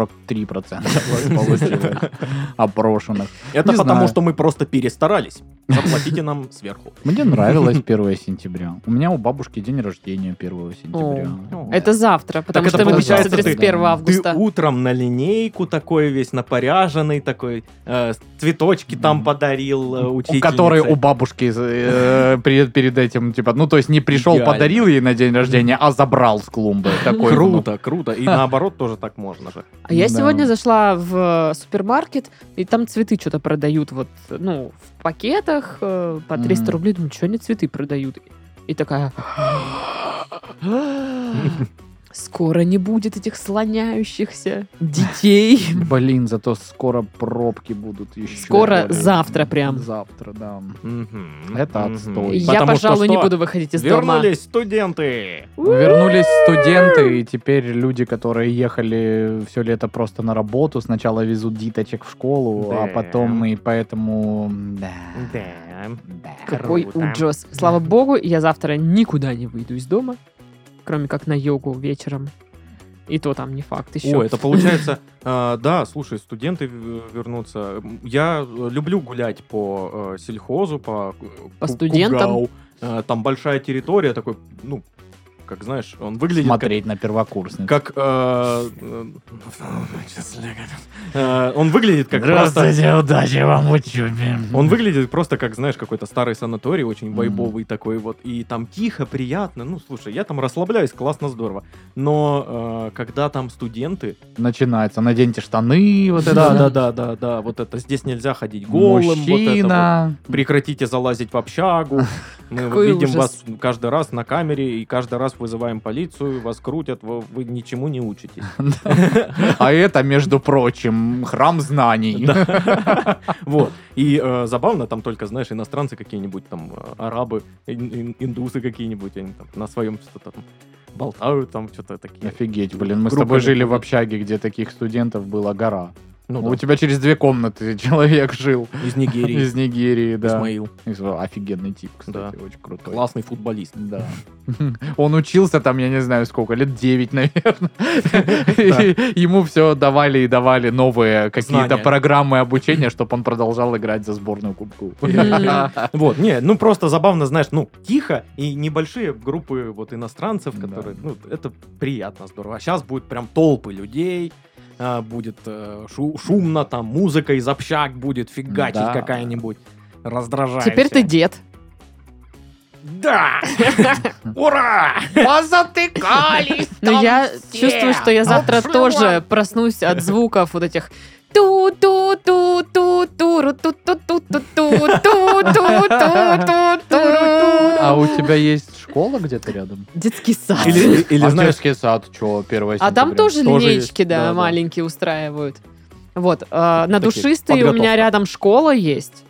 (laughs) 243% получилось опрошенных. Это не потому, знаю. что мы просто перестарались. Заплатите нам сверху. (laughs) Мне нравилось 1 сентября. У меня у бабушки день рождения 1 сентября. О. Это завтра, потому Так это что мы получается, пишемся ты- 31 Ты августа. утром на линейку такой весь напоряженный, такой э, цветочки там Мгм. подарил э, У учительнице. которой у бабушки э, перед, перед этим, типа, ну, то есть не пришел, Идеально. подарил ей на день рождения, а забрал (laughs) с клумбы. Такой, ну, Круто, круто. И наоборот тоже так можно же. А я Да. сегодня зашла в э, супермаркет, и там цветы что-то продают вот, ну, в пакетах э, по 300 Мгм. рублей. Думаю, что они цветы продают? И такая... «А, Скоро не будет этих слоняющихся детей. ну, Блин, зато скоро пробки будут еще. Скоро более. завтра прям. Завтра, да. Мгм. Это Мгм. отстой. Я, Потому что пожалуй, не что? буду выходить из дома. Вернулись студенты. Ну, Вернулись студенты, и теперь люди, которые ехали все лето просто на работу, сначала везут диточек в школу, а Да. потом и поэтому... Да. Да. Да. Какой Круто. ужас. Слава богу, я завтра никуда не выйду из дома, кроме как на йогу вечером. И то там не факт еще. О, это получается, э, да, слушай, студенты в- вернутся. Я э, люблю гулять по э, сельхозу, по, э, По ку- студентам? кугау. Э, Там большая территория, такой, ну, как знаешь, он выглядит как- Смотреть на первокурсниц. как... э, э, э, Он выглядит как просто... Здравствуйте, удачи вам в учебе. Он выглядит просто как, знаешь, какой-то старый санаторий, очень Мгм. вайбовый такой вот. И там тихо, приятно. Ну, слушай, я там расслабляюсь, классно, здорово. Но э, когда там студенты... Начинается, наденьте штаны, вот это. Да-да-да-да-да, вот это здесь нельзя ходить голым. вот это вот. Мужчина. Прекратите залазить в (laughs) общагу. Мы Какой видим ужас. вас каждый раз на камере, и каждый раз вызываем полицию, вас крутят, вы, вы ничему не учитесь. А это, между прочим, храм знаний. Да. Вот. И э, забавно, там только, знаешь, иностранцы какие-нибудь, там, э, арабы, ин- ин- индусы какие-нибудь, они там на своем что-то там болтают, там что-то такие. Офигеть, блин, мы с Группами. тобой жили в общаге, где таких студентов была гора. Ну, У да, тебя через две комнаты (laughs) человек жил. из Нигерии. Из Нигерии, да. Исмаил. Из- Офигенный тип, кстати, очень крутой. Классный футболист. Да. (laughs) Он учился там, я не знаю сколько, лет 9, наверное. И Ему все давали и давали новые какие-то Знания. программы обучения, чтобы он продолжал играть за сборную кубку. М. Вот, не, ну просто забавно, знаешь, ну, тихо, и небольшие группы вот иностранцев, Да. которые, ну, это приятно, здорово. А сейчас будет прям толпы людей, а, будет э, шу- шумно, там музыка из общак будет фигачить Да. какая-нибудь. Раздражает. Теперь ты дед. Да! Ура! Позатыкались! Но я чувствую, что я завтра тоже проснусь от звуков вот этих ту ту ту ту ту ту ту ту ту ту ту А ту ту у тебя есть школа где-то рядом? Детский сад. Или, или, а знаешь, детский сад, что, 1 сентября? А там тоже тоже линейки, есть, да, да, да. маленькие устраивают. Вот, э, на Такие, душистые у меня подготовка. рядом школа есть.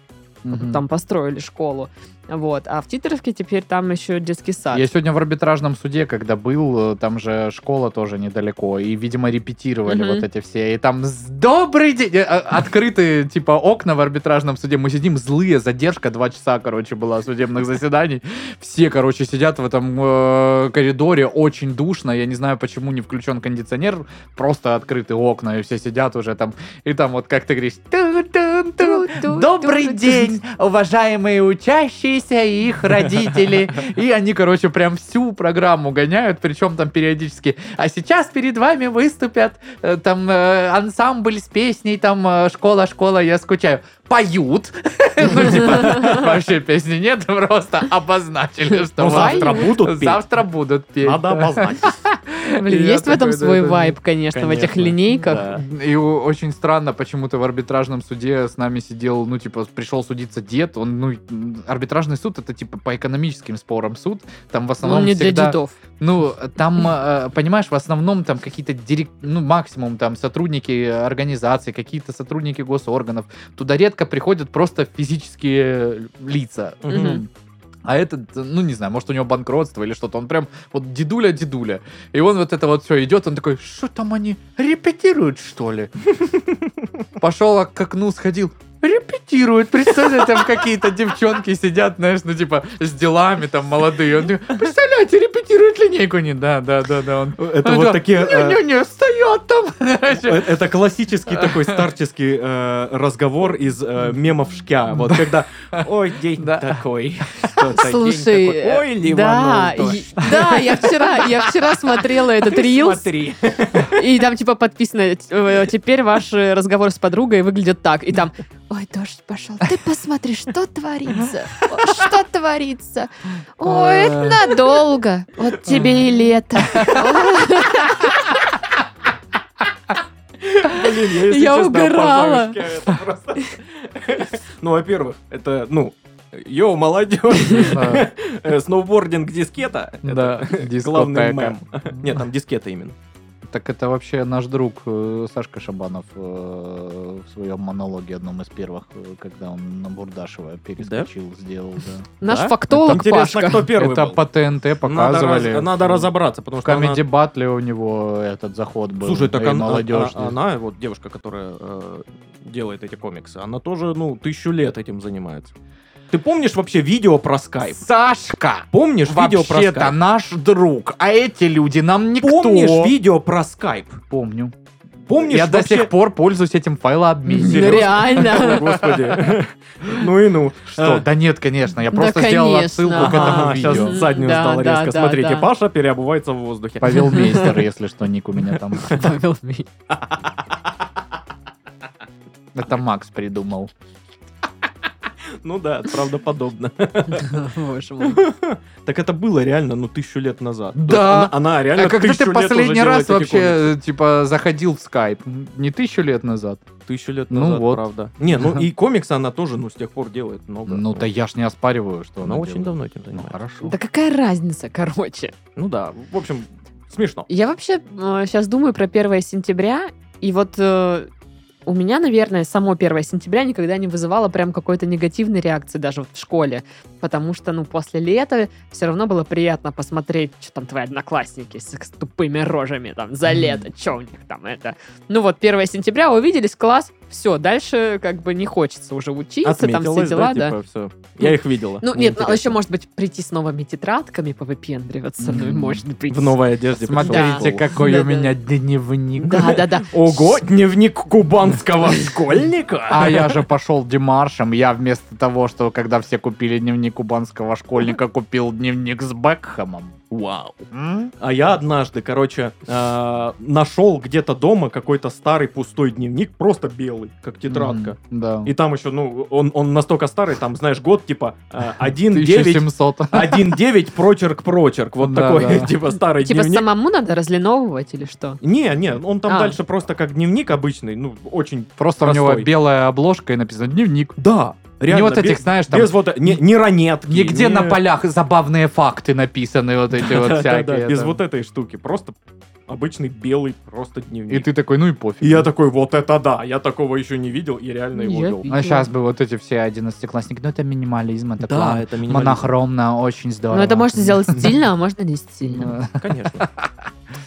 Мгм. Там построили школу. Вот. А в Титеровке теперь там еще детский сад. Я сегодня в арбитражном суде, когда был, э, там же школа тоже недалеко, и, видимо, репетировали Мгм. вот эти все, и там с- «Добрый день!» э, э, Открытые, типа, окна в арбитражном суде, мы сидим злые, задержка два часа, короче, была судебных заседаний, все, короче, сидят в этом э, коридоре, очень душно, я не знаю, почему не включен кондиционер, просто открытые окна, и все сидят уже там, и там вот, как ты говоришь, «Ту-тун-тун, Ту-ту-ту-ту. Добрый день, уважаемые учащиеся и их родители. И они, короче, прям всю программу гоняют, причем там периодически. А сейчас перед вами выступят э, там э, ансамбль с песней, там э, школа, школа, я скучаю. Поют. (laughs) Ну, типа, вообще песни нет, просто обозначили, что Ну, вот завтра Вай. будут петь. завтра будут петь. Надо обозначить. Блин, Я есть в этом такой, да, свой да, да. вайб, конечно, в этих Конечно, линейках. да. И о- очень странно, почему-то в арбитражном суде с нами сидел, ну, типа, пришел судиться дед. Он, ну, м, арбитражный суд это типа по экономическим спорам суд. Там в Он основном Ну, не для всегда. дедов. Ну, там, э, понимаешь, в основном там какие-то дирек... ну, максимум там сотрудники организаций, какие-то сотрудники госорганов. Туда редко приходят просто физические лица. Мгм. А этот, ну не знаю, может у него банкротство или что-то. Он прям вот дедуля-дедуля. И он вот это вот все идет, он такой, что там они репетируют, что ли? Пошел к окну, сходил, репетируют. Представляете, там какие-то девчонки сидят, знаешь, ну типа с делами там молодые. Он такой, представляете, репетируют линейку. Не, да, да, да, да. Он, Это Ну, вот такие... э, Не-не-не, стоят там. Э, Это классический такой старческий э, разговор из э, мемов шкя. Вот когда «Ой, день Да. такой». что-то, день Слушай, такой, «Ой, ну, э, да, ливанул-то». и- да, я вчера, я вчера смотрела этот рилс, Смотри. и там типа подписано, э, теперь ваш э, разговор с подругой выглядит так, и там, Ой, дождь пошел. Ты посмотри, что творится. О, Что творится. Ой, это надолго. Вот тебе и лето. Блин, я, если Я честно, угорала. обожаю шкя, это просто- Ну, во-первых, это, ну, йоу, молодежь, Э, сноубординг дискета. Типа, Да, Это главный дискотека. мем. Нет, там дискета именно. Так это вообще наш друг э, Сашка Шабанов э, в своем монологе одном из первых, э, когда он на Бурдашева перескочил, сделал. Да. наш Да? фактолог Интересно, Пашка. кто (laughs) первый это был? по ТНТ Надо показывали. раз- Надо разобраться, потому В что она- комедий батле у него этот заход был. Слушай, так и она, э, молодежь. она- она, вот девушка, которая э, делает эти комиксы, она тоже, ну, тысячу лет этим занимается. Ты помнишь вообще видео про скайп? Сашка! Помнишь видео про Вообще-то скайп? наш друг, а эти люди нам никто. Помнишь видео про скайп? Помню. Помнишь Я до вообще- сих пор пользуюсь этим файлообменником. Серьёзно? (laughs) Реально. Господи. Ну и ну. Что? Э, Да нет, конечно, я Да, просто сделал конечно. отсылку к этому Ага, сейчас видео. щас- заднюю Да, да, стал резко. да, Смотрите, да. Паша переобувается в воздухе. Павел Мейстер, если что, ник у меня там. Павел Мей. Это Макс придумал. (laughs) Ну да, правдоподобно. Боже мой. Так это было реально, ну, тысячу лет назад. То Да. есть Она она реально А когда тысячу ты лет последний уже раз делает эти комиксы. вообще, типа, заходил в скайп? Не тысячу лет назад? Тысячу лет Ну назад, вот. правда. Не, ну (laughs) и комиксы она тоже, ну, с тех пор делает много. Ну, да я ж не оспариваю, что Она она очень делает. давно этим Ну, занимается. хорошо. Да какая разница, короче. Ну да, в общем, смешно. Я вообще сейчас думаю про 1 сентября, и вот э, у меня, наверное, само 1 сентября никогда не вызывало прям какой-то негативной реакции даже вот в школе, потому что, ну, после лета все равно было приятно посмотреть, что там твои одноклассники с, их с тупыми рожами там за Мгм. лето, что у них там это. Ну вот 1 сентября увиделись, класс, все, дальше как бы не хочется уже учиться, там все Отметилось, дела, да. типа, всё. Я их видела. Ну типа. Мне нет, ну, интересно. еще, может быть, прийти с новыми тетрадками, повыпендриваться, ну, и Мгм. можно прийти. в новой одежде. Типа, пришла в Смотрите, школу. какой у Да-да. меня дневник. (laughs) (laughs) Да-да-да. Ого, дневник кубанского школьника. А я же пошел демаршем. Я вместо того, что когда все купили дневник кубанского школьника, купил дневник с Бекхэмом. Вау. М? А я однажды, короче, э, нашел где-то дома какой-то старый пустой дневник, просто белый, как тетрадка. М, Да. И там еще, ну, он, он настолько старый, там, знаешь, год, типа, э, 1-9, 1700. 1-9, прочерк-прочерк. Вот Да, такой, (laughs) да. типа, старый Типа дневник. самому надо разлиновывать или что? Не, не, он там А. дальше просто как дневник обычный, ну, очень... Просто у него Простой. белая обложка и написано дневник. Да, Не вот без- этих, знаешь, там Без вот... Не, не ранетки. Нигде не- на полях забавные факты написаны вот эти вот (laughs) Да-да-да, всякие. без там. вот этой штуки. Просто обычный белый просто дневник. И ты такой, ну и пофиг. И я такой, вот это да, я такого еще не видел и реально его Я вел. видела. А сейчас бы вот эти все одиннадцатиклассники, ну это минимализм, это классно, это (laughs) монохромно, очень здорово. Ну, это можно (laughs) сделать стильно, а можно не стильно. Конечно.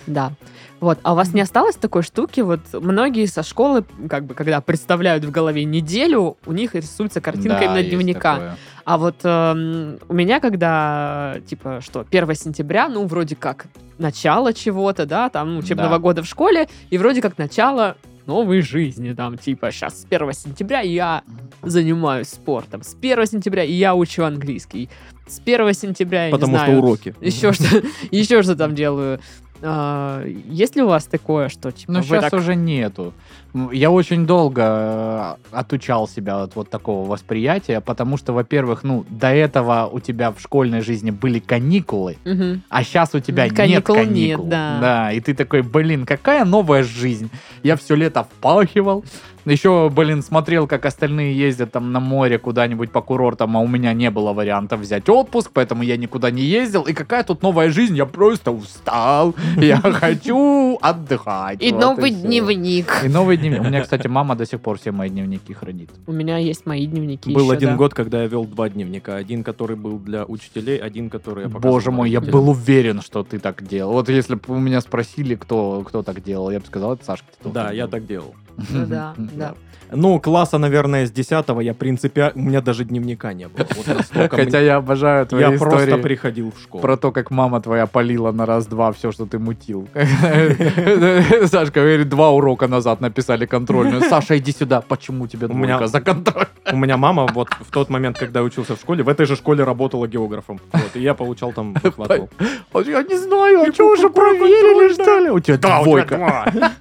Да. Вот. А у вас не осталось такой штуки? Вот многие со школы, как бы, когда представляют в голове неделю, у них рисуется картинка Да, именно есть дневника. такое. А вот эм, у меня, когда, типа, что, 1 сентября, ну, вроде как начало чего-то, да, там, учебного Да. года в школе, и вроде как начало новой жизни, там, типа, сейчас с 1 сентября я занимаюсь спортом, с 1 сентября я учу английский, с 1 сентября, я Потому не что знаю, уроки. еще что, (laughs) еще что там делаю. А, есть ли у вас такое, что, типа, Ну, вы сейчас так- уже нету. М, Я очень долго э, отучал себя от вот такого восприятия, потому что, во-первых, ну, до этого у тебя в школьной жизни были каникулы, Мгм. а сейчас у тебя М, каникул нет нет, каникул. да. и ты такой, блин, какая новая жизнь. Я все лето впахивал. Еще, блин, смотрел, как остальные ездят там на море куда-нибудь по курортам, а у меня не было вариантов взять отпуск, поэтому я никуда не ездил. И какая тут новая жизнь? Я просто устал. Я хочу отдыхать. И Вот новый всё. дневник. И новый дневник. У меня, кстати, мама до сих пор все мои дневники хранит. У меня есть мои дневники Был еще, один да. год, когда я вел два дневника. Один, который был для учителей, один, который я показывал Боже мой, я родителям. был уверен, что ты так делал. Вот если бы у меня спросили, кто, кто так делал, я бы сказал, это Сашка Титов. Да, я так делал. Ну да, да. Ну, класса, наверное, с 10 я принципиально... У меня даже дневника не было. Вот настолько Хотя мне- Ну, я обожаю твои я просто истории приходил в школу. про то, как мама твоя полила на раз-два все, что ты мутил. (laughs) Сашка, говорит, два урока назад написали (laughs) контрольную. Саша, иди сюда. Почему тебе У меня- двойка за (laughs) контроль? У меня мама вот в тот момент, когда я учился в школе, в этой же школе работала географом. Вот, и я получал (laughs) там выхватывал. Он, Я не знаю, а что уже проверили, что ли? У тебя двойка. (laughs)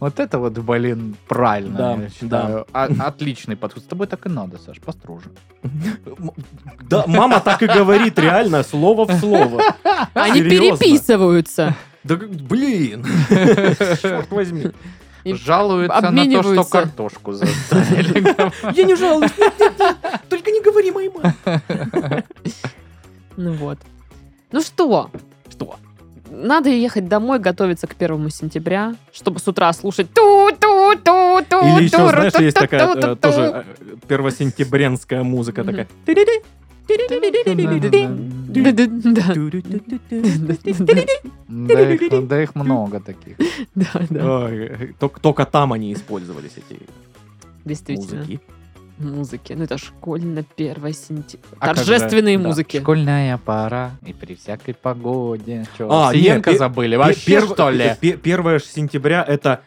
Вот это вот, блин, правильно, Да, я считаю. О- Отличный подход. С тобой так и надо, Саш, (laughs) построже. Да, мама так и говорит, реально, слово в слово. Они Серьезно? переписываются. Да, как- блин, (laughs) черт возьми. И Жалуется на то, что обмениваются. картошку заставили. (laughs) Я не жалуюсь, нет, нет, нет. только не говори моей маме. Ну вот. Ну что? Что? Надо ехать домой, готовиться к первому сентября, чтобы с утра слушать ту-ту-ту-ту. Или еще, знаешь, есть такая э, ту-ту-ту-ту. тоже э, первосентябрянская музыка Мгм. такая. Да-да-да. Да (laughs) их- да их много таких. Да, да, Ой, э, ток- Только там они использовались, эти действительно. музыки. Музыки. Ну это школьно 1 сентября. А как же, Торжественные да, музыки. Школьная пора и при всякой погоде. Чё, А, нет, Сиенко пе- забыли. Вообще, Пер- что (laughs) ли? пе- Первое ж сентября это...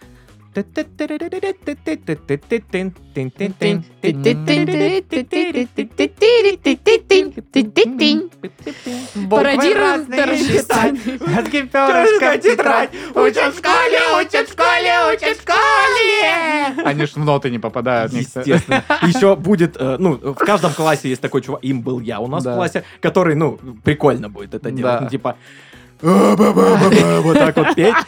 Пародируем торжество. (laughs) Учат в школе, учат в школе, учат в школе! Они ж в ноты не попадают. никто. (laughs) Естественно. Еще будет, э, ну, в каждом классе есть такой чувак, им был я у нас Да. в классе, который, ну, прикольно будет это делать. Да. Ну, Типа, «А-ба-ба-ба-ба», вот так вот петь. (laughs)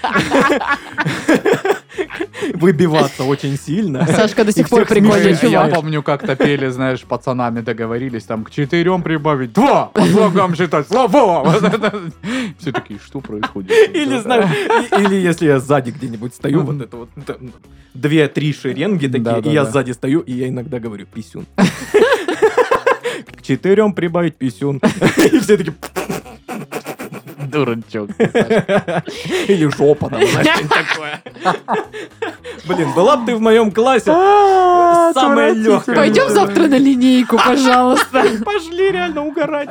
Выбиваться очень сильно. Сашка до И сих пор всех прикольный смешить. (laughs) Мы- Я чувак. помню, как-то пели, знаешь, пацанами договорились, там, к четырем прибавить, два, по слогам считать, слово! (laughs) Вот это. Все такие, что происходит? Или, знаешь, и- или если я сзади где-нибудь стою, вот это вот, там, две-три шеренги такие, Да, да, и я да. сзади стою, и я иногда говорю «писюн». К четырем прибавить писюн. И все такие дурачок. Или жопа там, знаешь, что-нибудь такое. Блин, была бы ты в моем классе (laughs) А, самая легкая. Пойдем завтра на линейку, пожалуйста. Пошли реально угорать.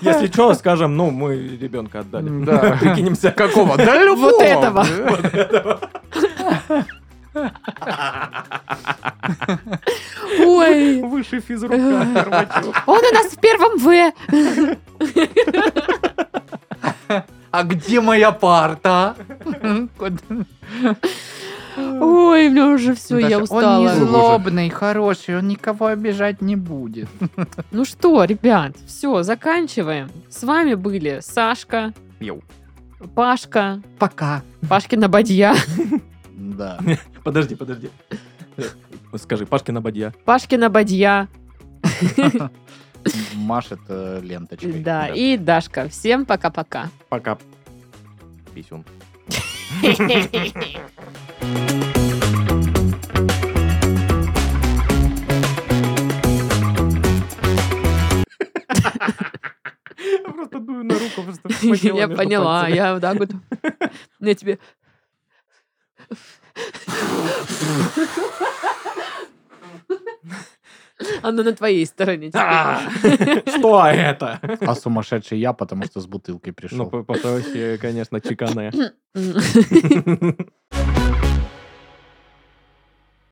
Если что, скажем, ну, мы ребенка отдали. Да. Прикинемся. Какого? Да любого. Вот этого. Ой, Выше физрука. Горбачев. Он у нас в первом В. А где моя парта? ой, мне уже все, я Он не устала. злобный, хороший, он никого обижать не будет. Ну что, ребят, все, заканчиваем. С вами были Сашка, Йоу. Пашка, Пока. Пашкина бадья, (laughs) Да. Подожди, подожди. Э, Скажи, Пашкина бадья. Пашкина бадья, Машет э, ленточкой. да, и Дашка. Всем пока-пока. Пока. Писюн. Я просто дую на руку, (laughs) просто вспотела Я между поняла, пальцами. я вот (laughs) так вот. Я тебе... Она на твоей стороне. теперь. А, (laughs) Что это? А сумасшедший я, потому что с бутылкой Ну, пришел. по- потохи, конечно, чеканная. М.